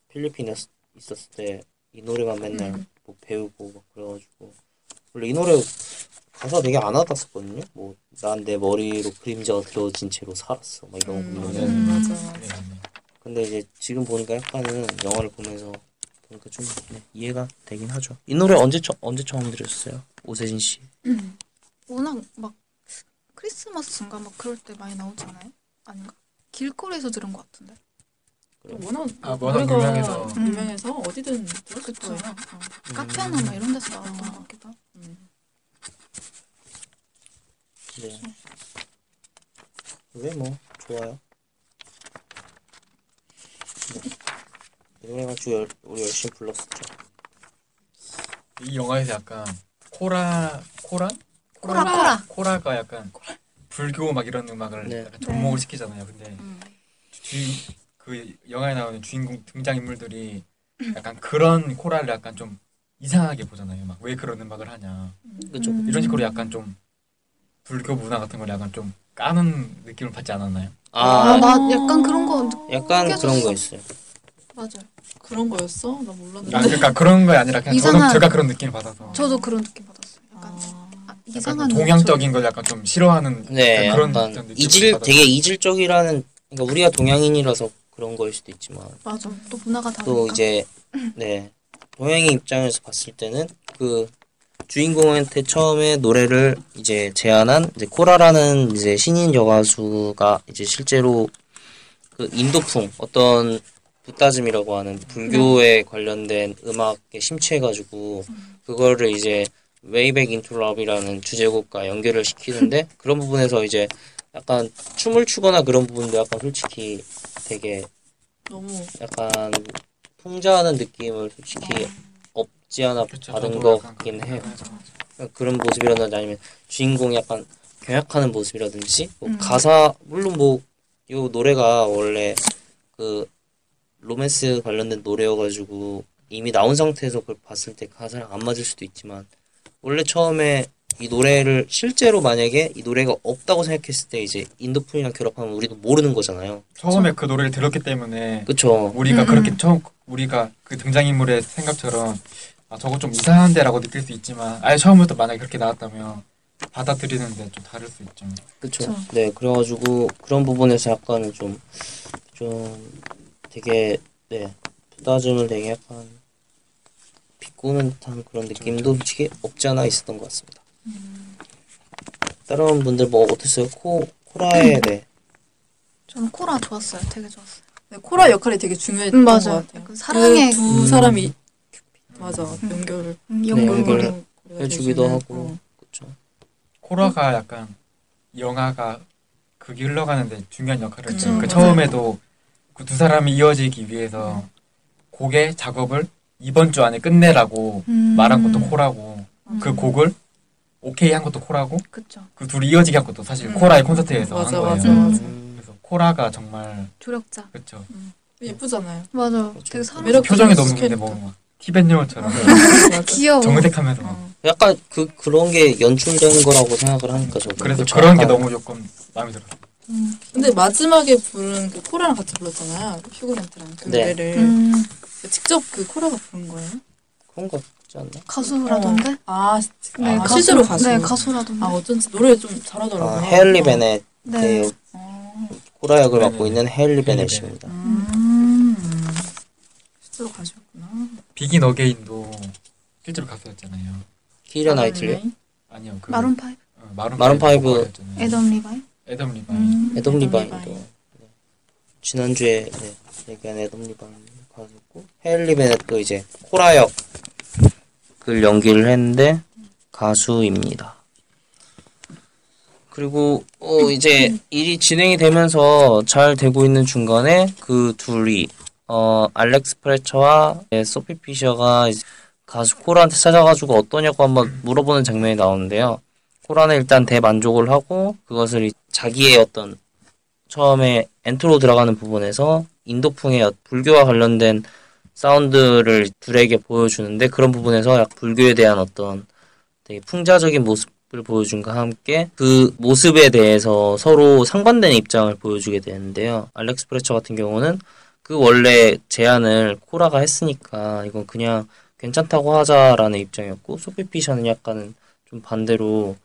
S3: 필리핀에 스- 있었을 때 이 노래만 맨날 뭐 배우고 막 그래가지고 원래 이 노래 가사 되게 안 와닿았었거든요. 뭐 난 내 머리로 그림자가 들어진 채로 살았어 막 이런 거 보면
S5: 음, 맞아.
S6: 네, 네.
S3: 근데 이제 지금 보니까 약간은 영화를 보면서 보니까 좀 네, 이해가 되긴 하죠. 이 노래 언제 처, 언제 처음 들으셨어요? 오세진 씨.
S4: 워낙 막 크리스마스인가 막 그럴 때 많이 나오지 않아요? 아닌가? 길거리에서 들은 것 같은데.
S5: 워낙
S6: 아, 워낙
S5: 노래가
S6: 유명해서.
S4: 음.
S5: 유명해서 어디든 들었을
S4: 그쵸.
S5: 거예요.
S4: 카페나 막 이런 데서 나왔던 것 같기도 하고.
S3: 네. 노래 뭐 좋아요. 네. 노래가지고 열- 우리 열심히 불렀었죠.
S6: 이 영화에서 약간 코라 코란
S4: 코라 코라.
S6: 코라가 약간 불교 막 이런 음악을
S3: 네.
S6: 약간 접목을 시키잖아요. 근데
S4: 음.
S6: 주인 그 영화에 나오는 주인공 등장 인물들이 약간 그런 코라를 약간 좀 이상하게 보잖아요. 막 왜 그런 음악을 하냐
S3: 그죠?
S4: 음.
S6: 이런 식으로 약간 좀 불교 문화 같은 걸 약간 좀 까는 느낌을 받지 않았나요?
S4: 아,
S3: 아,
S4: 막 약간 그런 거
S3: 약간 그런
S4: 느껴졌어.
S3: 거 있어요.
S4: 맞아요.
S5: 그런 거였어? 나
S6: 아,
S5: 몰랐는데.
S6: 그러니까 그런 거 아니라 그냥
S4: 이상한-
S6: 저는 제가 그런 느낌을 받아서
S4: 저도 그런 느낌 받았어요. 약간
S5: 아,
S4: 아,
S6: 약간
S4: 이상한
S6: 동양적인 걸 약간 좀 싫어하는
S3: 네,
S6: 그런
S3: 약간
S6: 어떤 느낌을
S3: 이질
S6: 받아서.
S3: 되게 이질적이라는 그러니까 우리가 동양인이라서 그런 거일 수도 있지만
S4: 맞아. 또 문화가 다르니까.
S3: 또 이제 네 동양인 입장에서 봤을 때는 그 주인공한테 처음에 노래를 이제 제안한 이제 코라라는 이제 신인 여가수가 이제 실제로 그 인도풍 어떤 부따즘이라고 하는 불교에
S4: 네.
S3: 관련된 음악에 심취해가지고 그거를 이제 웨이백 인투 러브이라는 주제곡과 연결을 시키는데 그런 부분에서 이제 약간 춤을 추거나 그런 부분도 약간 솔직히 되게
S5: 너무
S3: 약간 풍자하는 느낌을 솔직히 없지 않아
S6: 그렇죠.
S3: 받은
S6: 저도
S3: 것
S6: 약간
S3: 같긴
S6: 그런
S3: 해요.
S6: 생각을 해서.
S3: 그런 모습이라든지 아니면 주인공이 약간 경약하는 모습이라든지 뭐
S4: 음.
S3: 가사 물론 뭐 요 노래가 원래 그 로맨스 관련된 노래여가지고 이미 나온 상태에서 그걸 봤을 때 가사랑 안 맞을 수도 있지만 원래 처음에 이 노래를 실제로 만약에 이 노래가 없다고 생각했을 때 이제 인도풍이랑 결합하면 우리도 모르는 거잖아요.
S6: 처음에 그 노래를 들었기 때문에
S3: 그쵸?
S6: 우리가
S4: 음,
S6: 그렇게
S4: 음.
S6: 처음 우리가 그 등장인물의 생각처럼 아 저거 좀 이상한데라고 느낄 수 있지만 아예 처음부터 만약에 그렇게 나왔다면 받아들이는데 좀 다를 수 있죠.
S3: 그쵸.
S4: 그쵸.
S3: 네, 그래가지고 그런 부분에서 약간은 좀 좀 되게 네 부담을 되게 약간 비꼬는 듯한 그런 느낌도 솔직히 없지 않아 있었던 것 같습니다. 다른 분들 뭐 어땠어요? 코 코라에 네.
S4: 저는 코라 좋았어요. 되게 좋았어요.
S5: 네, 코라 역할이 되게 중요했던
S4: 음,
S5: 것
S4: 맞아요.
S5: 같아요.
S4: 약간 사랑의-
S5: 그두
S3: 음.
S5: 사람이 맞아 연결을
S4: 음,
S3: 네,
S4: 연극.
S3: 연극을
S5: 연결을
S3: 해주기도
S5: 어.
S3: 하고 그쵸.
S6: 코라가 약간 영화가 극이 흘러가는데 중요한 역할을
S5: 그쵸,
S6: 했죠. 그
S5: 맞아요.
S6: 처음에도 그 두 사람이 이어지기
S5: 음.
S6: 위해서 곡의 작업을 이번 주 안에 끝내라고
S4: 음.
S6: 말한 것도 코라고 그
S5: 음.
S6: 곡을 오케이 한 것도 코라고
S4: 그쵸.
S6: 그 둘이 이어지게 한 것도 사실
S5: 음.
S6: 코라의 콘서트에서
S5: 맞아,
S6: 한
S5: 맞아,
S6: 거예요.
S4: 음.
S5: 맞아.
S3: 음,
S6: 그래서 코라가 정말
S4: 조력자.
S6: 그렇죠.
S5: 예쁘잖아요.
S4: 맞아.
S3: 그쵸.
S4: 되게 사랑.
S5: 매력-
S6: 표정이 너무
S5: 스케일도.
S6: 근데 뭐막 티벳 여우처럼
S5: 맞아.
S4: 귀여워.
S6: 정색하면서 막.
S5: 어.
S3: 약간 그 그런 게 연출된 거라고 생각을 하니까 저도
S6: 그래서
S3: 그쵸? 아.
S6: 그런 게
S3: 약간
S6: 너무 조금 마음에 들었어요.
S5: 근데 마지막에 부른 그 코라랑 같이 불렀잖아요. 휴그랜트랑 그
S3: 네.
S5: 노래를
S4: 음,
S5: 직접 그 코라가 부른 거예요.
S3: 그런 거 같지 않나?
S4: 가수라던데?
S5: 아, 시-
S4: 네,
S5: 아,
S4: 가수.
S5: 실제로 가수.
S4: 네, 가수라던데.
S5: 아 어쩐지 노래 좀
S3: 아,
S5: 잘하더라고요. 아.
S3: 헤일리 베넷
S4: 네.
S3: 그 코라 역을 맡고
S6: 네.
S3: 있는 헤일리
S6: 베넷.
S3: 베넷입니다.
S5: 음. 실제로 가수였구나.
S6: 비긴 어게인도 실제로 가수였잖아요.
S3: 키라 나이틀리
S6: 아니요 그
S4: 마룬 파이브.
S6: 어, 마룬
S3: 마룬
S6: 파이브
S3: 파이브.
S6: 보컬이었잖아요.
S4: 애덤 리바이.
S6: 애덤 리바이.
S4: 음.
S3: 에덤
S5: 리바인.
S3: 리바인도 네. 지난주에 네, 얘기한 에덤 리바인 가수고 헤일리 베넷도 이제 코라 역을 연기를 했는데 가수입니다. 그리고 어 이제 일이 진행이 되면서 잘 되고 있는 중간에 그 둘이 어 알렉스 프레처와 네, 소피 피셔가 이제 가수 코라한테 찾아가지고 어떠냐고 한번 물어보는 장면이 나오는데요. 코라는 일단 대만족을 하고 그것을 이- 자기의 어떤 처음에 엔트로 들어가는 부분에서 인도풍의 불교와 관련된 사운드를 둘에게 보여주는데 그런 부분에서 약 불교에 대한 어떤 되게 풍자적인 모습을 보여준과 함께 그 모습에 대해서 서로 상반된 입장을 보여주게 되는데요. 알렉스 프레처 같은 경우는 그 원래 제안을 코라가 했으니까 이건 그냥 괜찮다고 하자라는 입장이었고 소피 피셔는 약간은 좀 반대로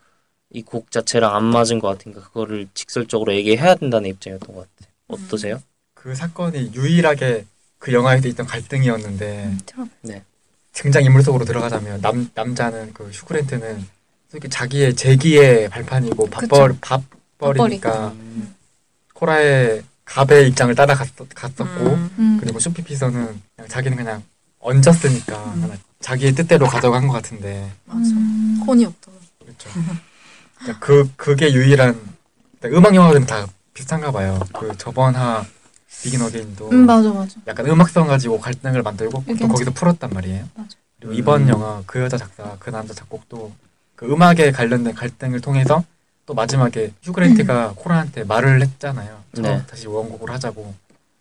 S3: 이 곡 자체랑 안 맞은 것 같으니까 그거를 직설적으로 얘기해야 된다는 입장이었던 것 같아요. 어떠세요?
S6: 그 사건이 유일하게 그 영화에서 있던 갈등이었는데
S5: 음.
S4: 트러블.
S3: 네.
S6: 등장 인물 속으로 들어가자면 남 남자는 그 슈크렌트는 솔직히 자기의 재기의 발판이고 밥벌 밥벌이니까 코라의 갑의 입장을 따라갔었고
S4: 음.
S6: 그리고 슈피피서는 그냥 자기는 그냥 얹었으니까
S5: 음.
S6: 자기의 뜻대로 가져간 것 같은데
S5: 맞아.
S4: 음.
S5: 혼이 없더라.
S6: 그렇죠. 그러니까 그 그게 유일한 그러니까 음악 영화들은 다 비슷한가 봐요. 그 저번 하 비긴 어게인도
S4: 음 맞아 맞아.
S6: 약간 음악성 가지고 갈등을 만들고 또
S4: 괜찮-
S6: 거기서 풀었단 말이에요.
S4: 맞아.
S6: 그리고 이번
S3: 음.
S6: 영화 그 여자 작사 그 남자 작곡도 그 음악에 관련된 갈등을 통해서 또 마지막에
S4: 음.
S6: 휴그랜트가 코라한테 말을 했잖아요. 저
S3: 네.
S6: 다시 원곡을 하자고.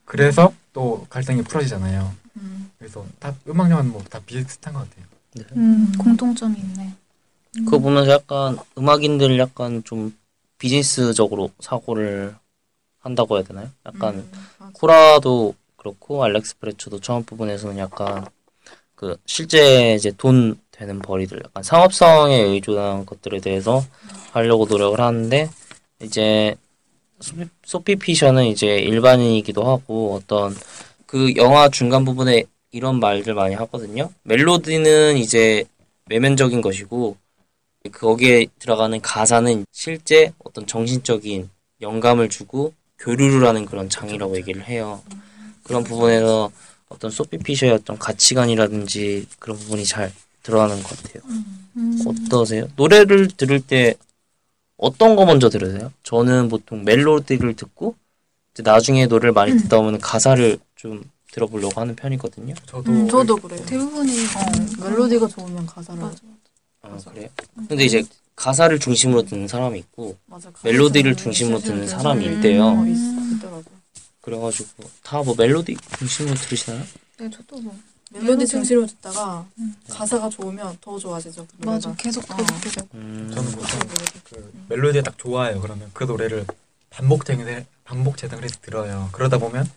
S6: 그래서 또 갈등이 풀어지잖아요.
S4: 음,
S6: 그래서 다 음악 영화는 뭐 다 비슷한 것 같아요.
S4: 음 공통점이 있네.
S3: 그거 보면서 약간 음악인들 약간 좀 비즈니스적으로 사고를 한다고 해야 되나요? 약간
S5: 음.
S4: 맞아.
S3: 코라도 그렇고 알렉스 프레초도 처음 부분에서는 약간 그 실제 이제 돈 되는 벌이들 약간 상업성에 의존한 것들에 대해서 하려고 노력을 하는데 이제 소피- 소피 피셔는 이제 일반인이기도 하고 어떤 그 영화 중간 부분에 이런 말들 많이 하거든요. 멜로디는 이제 외면적인 것이고 거기에 들어가는 가사는 실제 어떤 정신적인 영감을 주고 교류를 하는 그런 장이라고 얘기를 해요. 그런 부분에서 어떤 소피 피셔의 어떤 가치관이라든지 그런 부분이 잘 드러나는 것 같아요.
S4: 음,
S3: 어떠세요? 노래를 들을 때 어떤 거 먼저 들으세요? 저는 보통 멜로디를 듣고 이제 나중에 노래를 많이 듣다 보면 가사를 좀 들어보려고 하는 편이거든요.
S6: 저도
S5: 음, 저도 그래요.
S4: 대부분이 음.
S5: 어, 멜로디가 좋으면 가사를
S4: 맞아.
S3: 아, 그래요? 근데 이제 가사를 중심으로 듣는 사람이 있고
S5: 맞아, 가사
S3: 멜로디를
S5: 자체를
S3: 중심으로
S5: 사실
S3: 듣는
S5: 좀
S3: 사람이
S5: 음,
S3: 있대요.
S5: 어, 있- 있더라고.
S3: 그래가지고 다 뭐 멜로디 중심으로 들으시나요?
S4: 네 저도 뭐
S5: 멜로디 중심으로 듣다가
S4: 음.
S5: 가사가 좋으면 더 좋아지죠. 그 노래가.
S4: 맞아 계속
S5: 어.
S4: 더 듣게 되고.
S3: 음,
S6: 저는 보통
S5: 그 노래가.
S6: 그 멜로디가 딱 좋아요. 그러면 그 노래를 반복 재생을 반복 재생을 해서 들어요. 그러다 보면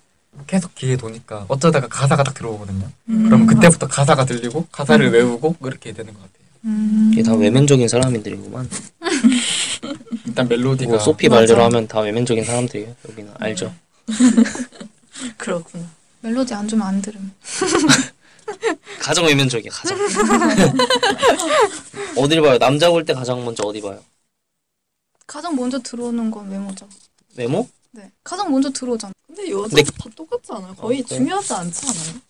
S6: 계속 귀에 도니까 어쩌다가 가사가 딱 들어오거든요.
S5: 음.
S6: 그럼 그때부터 가사가 들리고 가사를 외우고 그렇게 되는 것 같아요.
S4: 음.
S3: 이게 다 외면적인 사람들이구만.
S6: 일단 멜로디가
S3: 뭐 소피
S5: 맞아.
S3: 말대로 하면 다 외면적인 사람들이에요. 여기는 알죠.
S5: 그렇구나.
S4: 멜로디 안 주면 안 들음.
S3: 가장 외면적이야 가장. 어딜 봐요? 남자 볼 때 가장 먼저 어디 봐요?
S4: 가장 먼저 들어오는 건 외모죠.
S3: 외모?
S4: 네 가장 먼저 들어오잖아.
S5: 근데 여자도
S3: 근데-
S5: 다 똑같지 않아요? 거의
S3: 어, 그래요?
S5: 중요하지 않지 않아요?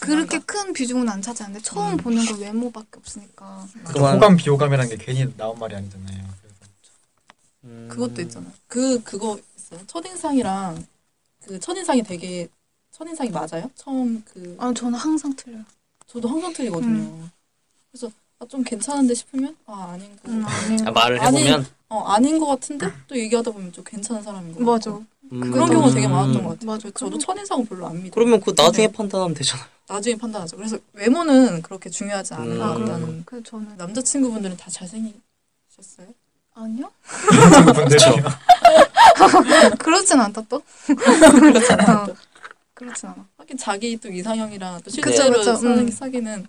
S4: 그렇게 큰 비중은 안 차지하는데 처음 보는 건 외모밖에 없으니까.
S6: 그 호감 비호감이라는 게 괜히 나온 말이 아니잖아요. 그래서
S3: 음,
S5: 그것도 있잖아요. 그 그거 있어요. 첫인상이랑 그 첫인상이 되게 첫인상이 맞아요? 처음 그
S4: 아 음. 저는 항상 틀려요.
S5: 저도 항상 틀리거든요. 그래서 아, 좀 괜찮은데 싶으면 아 아닌 거.
S4: 음, 아니
S3: 아, 말을
S5: 아니,
S3: 해보면
S5: 어 아닌 것 같은데 또 얘기하다 보면 좀 괜찮은 사람인 거
S4: 맞아.
S5: 같고.
S3: 음,
S5: 그런 경우 가 되게 많았던 것 같아요. 음.
S4: 맞아.
S5: 저도 첫인상은 별로 안 믿어요.
S3: 그러면 그 나중에 판단하면 되잖아요.
S5: 나중에 판단하죠. 그래서 외모는 그렇게 중요하지 않은
S3: 음.
S5: 것
S4: 아,
S5: 같다는
S4: 그럼 그 저는
S5: 남자친구분들은 다 잘생기셨어요?
S4: 아니요?
S6: 분들이
S4: 그렇진 않다 또.
S5: 그렇지 않아요?
S4: 어, 그렇진 않아.
S5: 하긴 자기 또 이상형이랑 또
S3: 그쵸,
S5: 실제로
S4: 그쵸,
S5: 사귀,
S4: 음.
S5: 사귀는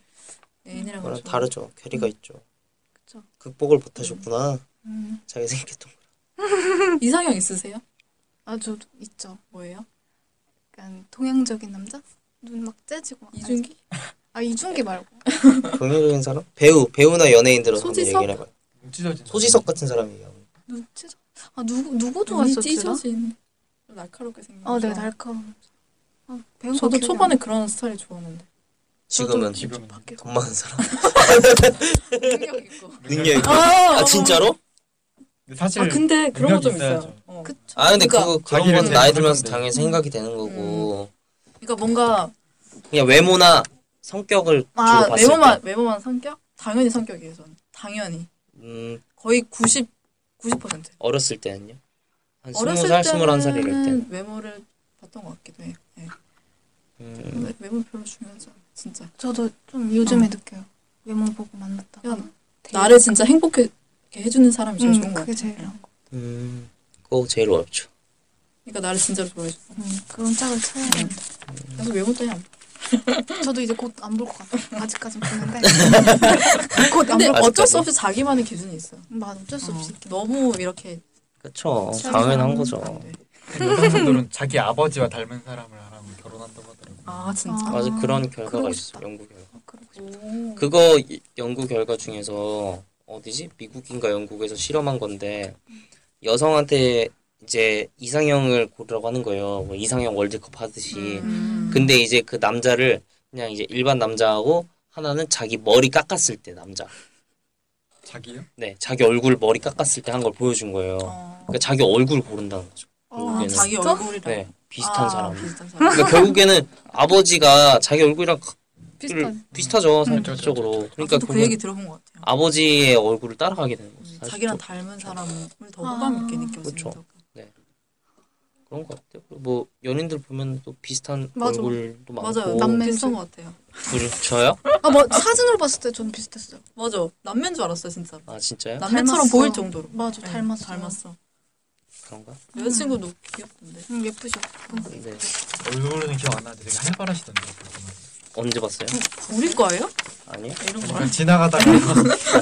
S5: 애인이랑
S3: 그거랑
S5: 좀
S3: 다르죠. 괴리가 있죠.
S4: 그쵸.
S3: 극복을 못하셨구나.
S4: 음.
S3: 자기 생각했던 거.
S5: 음. 이상형 있으세요?
S4: 아주 있죠.
S5: 뭐예요?
S4: 약간 동양적인 남자? 눈 막 째지고.
S5: 이준기?
S4: 아 이준기 말고.
S3: 동양적인 사람? 배우, 배우나 연예인들은 한번
S5: 소지섭?
S3: 얘기를 해봐요.
S6: 찢어진
S3: 소지석 같은 사람이에요.
S4: 눈 찢어. 아 누구 누구
S5: 눈이
S4: 좋아했었지? 나?
S5: 찢어진 좀 날카롭게 생긴
S4: 아네
S5: 사람.
S4: 날카로운. 아, 배우가
S5: 저도
S4: 기억이 안
S5: 초반에 그런 스타일 좋아하는데
S3: 지금은
S6: 지금
S4: 나. 밖에서.
S3: 돈 많은 사람.
S5: 능력 있고
S3: 능력 있고.
S5: 아,
S3: 아 진짜로?
S6: 근데 사실
S5: 아 근데 그런 거 좀
S6: 능력이
S5: 있어요
S6: 있어야죠.
S5: 어.
S4: 그쵸.
S3: 아 근데
S5: 그러니까-
S3: 그거 그런
S6: 자기를
S3: 건 나이
S6: 생각할
S3: 들면서
S6: 건데.
S3: 당연히 생각이 되는 거고
S5: 그러니까 뭔가
S3: 그냥 외모나 성격을
S5: 아
S3: 주로 봤을
S5: 외모만
S3: 때
S5: 외모만 성격? 당연히 성격이에요 전 당연히
S3: 음,
S5: 거의 90 90%
S3: 어렸을 때는요? 한
S5: 어렸을
S3: 20살, 21살 이럴 때
S5: 때는 외모를 봤던 것 같기도 해요 네.
S3: 음,
S5: 근데 외모 별로 중요하지 않아 진짜
S4: 저도 좀 요즘에 느껴요. 외모 보고 만났다. 음,
S5: 야, 나를 진짜 행복하게 해주는 사람이 제일 좋은 것
S4: 그게
S5: 같아요
S4: 제일
S5: 응.
S4: 나은 거.
S3: 음, 그거 제일 어렵죠
S5: 그러니까 나를 진짜로 좋아해줘
S4: 음, 그런 짝을
S5: 음.
S4: 찾아야 된다.
S5: 그래서 외모 때문에 안
S4: 저도 이제 곧 안 볼 것 같아요. 아직까진 보는데. 곧 안
S5: 근데
S4: 볼 것
S3: 아직까지?
S5: 어쩔 수 없이 자기만의 기준이 있어.
S4: 음, 맞아, 어쩔 수 없이. 이렇게.
S5: 너무 이렇게 네.
S3: 그쵸
S5: 취향이
S3: 당연한
S5: 안
S3: 거죠
S5: 돼.
S6: 그 여성분들은 자기 아버지와 닮은 사람을 하라고 결혼한다고 하더라고요.
S5: 아 음. 진짜.
S4: 아.
S3: 아주 그런 결과가
S4: 그러고
S3: 있어
S4: 싶다.
S3: 연구 결과
S4: 그러고 싶다.
S5: 오.
S3: 그거 이- 연구 결과 중에서 어디지? 미국인가 영국에서 실험한 건데 여성한테 이제 이상형을 고르라고 하는 거예요 뭐 이상형 월드컵 하듯이
S5: 음.
S3: 근데 이제 그 남자를 그냥 이제 일반 남자하고 하나는 자기 머리 깎았을 때 남자.
S6: 자기요?
S3: 네, 자기 얼굴 머리 깎았을 때 한 걸 보여준 거예요.
S5: 어.
S3: 그러니까 자기 얼굴 고른다는 거죠.
S5: 아,
S3: 네.
S5: 자기 얼굴이랑
S3: 네, 비슷한
S5: 아,
S3: 사람.
S5: 비슷한 사람.
S3: 그러니까 결국에는 아버지가 자기 얼굴이랑
S4: 비슷한.
S3: 비슷하죠
S6: 음.
S3: 사실적으로. 그러니까
S5: 저도 그
S3: 그건
S5: 얘기 들어본 것 같아요.
S3: 아버지의 얼굴을 따라가게 되는 거죠.
S5: 음,
S3: 사실적으로.
S5: 자기랑 닮은 사람을 더 호감 있게
S4: 아.
S5: 느껴진다고.
S3: 그렇죠. 그런 것 같아요. 뭐 연인들 보면 또 비슷한
S4: 맞아.
S3: 얼굴도 많고.
S5: 맞아요.
S4: 남매.
S5: 비슷한 것 같아요.
S3: 둘- 저요?
S4: 아, 뭐 사진으로 봤을 때 전 비슷했어요.
S5: 맞아. 남매인 줄 알았어요, 진짜.
S3: 아 진짜요?
S5: 남매처럼
S4: 닮았어.
S5: 보일 정도로.
S4: 맞아,
S5: 네,
S4: 닮았어.
S5: 닮았어.
S3: 그런가?
S5: 여자친구도 귀엽던데.
S4: 음, 예쁘죠.
S3: 네.
S6: 얼굴은 기억 안 나는데 되게 활발하시던데.
S3: 언제 봤어요?
S5: 우리 거예요?
S3: 아니요.
S5: 이런 거.
S6: 그러니까 지나가다가 지나가다가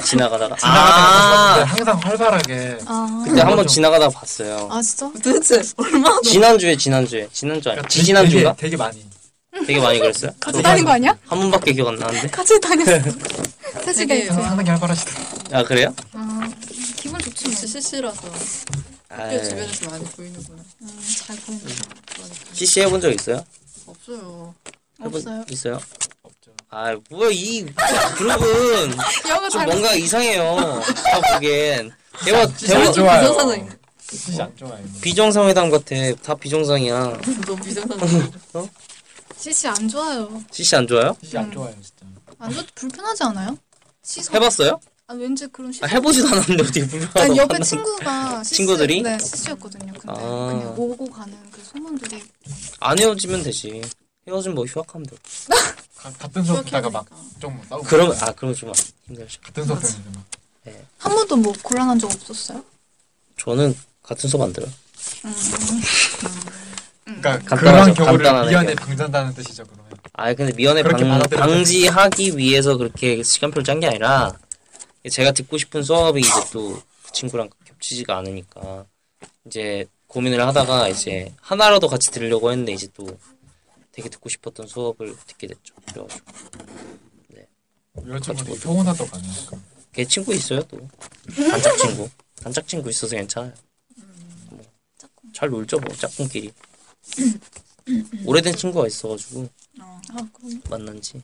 S3: 아, 지나가다가.
S6: 봤을 때
S3: 아
S6: 항상 활발하게
S4: 아,
S3: 그때 한 번 지나가다가 봤어요.
S4: 아 진짜?
S5: 도대체 얼마나
S3: 지난주에 지난주에 지난주 아니야?
S6: 그러니까 되게,
S3: 지난주인가?
S6: 되게 많이.
S3: 되게 많이 그랬어요?
S4: 같이 다닌 거 아니야?
S3: 한 번밖에 기억 안 나는데.
S4: 같이
S3: 네.
S4: 다녔어. 셋이
S5: 되게
S4: 다녔어.
S6: 상당히 활발하시던데.
S3: 아 그래요?
S4: 아, 기분 좋지 뭐.
S5: 역시 CC라서
S3: 아,
S5: 학교 주변에서 많이 보이는구나.
S4: 음, 잘 보인다.
S3: CC 해본 적 있어요?
S5: 없어요.
S3: 해본-
S4: 없어요.
S3: 있어요?
S6: 없죠.
S3: 아 뭐야 이 그룹은
S4: 영어
S3: 좀
S4: 잘.
S3: 뭔가 이상해요. 다 보기엔 대화
S6: 안
S5: 그
S3: 대화
S6: 좋아요.
S5: 비정상적인-
S6: 진짜 안 좋아요.
S3: 그 비정상회담 같아. 다 비정상이야.
S5: 너무 비정상적이야.
S4: CC 안 좋아요.
S3: CC 안 좋아요?
S6: 진짜 안
S4: 음.
S6: 좋아요, 진짜.
S4: 안 좋, 불편하지 않아요? 시선.
S3: 해봤어요?
S4: 아, 왠지 그런 시선.
S3: 아, 해보지도 않았는데 어떻게 불편하다고
S4: 아니, 옆에
S3: 하나?
S4: 친구가 CC,
S3: 친구들이?
S4: 네 CC였거든요. 근데
S3: 아.
S4: 그냥 오고 가는 그 소문들이
S3: 안 헤어지면 되지. 헤어지면 뭐 휴학하면 돼.
S6: 가, 같은 수업 듣다가 막좀 싸우고.
S3: 그럼 아 그럼 좀 힘들죠.
S6: 같은 수업 듣는데 막.
S4: 한 번도 뭐 곤란한 적 없었어요?
S3: 저는 같은 수업 안 들어. 요
S5: 음.
S6: 그러니까
S3: 간단하죠,
S6: 그런 경우를
S3: 간단하게.
S6: 미연에 방전다는 뜻이죠, 그러면.
S3: 아 근데 미연에
S6: 그렇게
S3: 방,
S6: 받아들여요.
S3: 방지하기 위해서 그렇게 시간표를 짠 게 아니라 제가 듣고 싶은 수업이 이제 또 그 친구랑 겹치지가 않으니까 이제 고민을 하다가 이제 하나라도 같이 들으려고 했는데 이제 또 되게 듣고 싶었던 수업을 듣게 됐죠. 그래가지고 아,
S6: 여자친구 되게 서운하다고 하네요.
S3: 걔 친구 있어요 또 단짝 친구 단짝 친구 있어서 괜찮아요. 뭐, 잘 놀죠 뭐 짝꿍끼리 오래된 친구가 있어가지고
S4: 아 그럼
S3: 만난 지.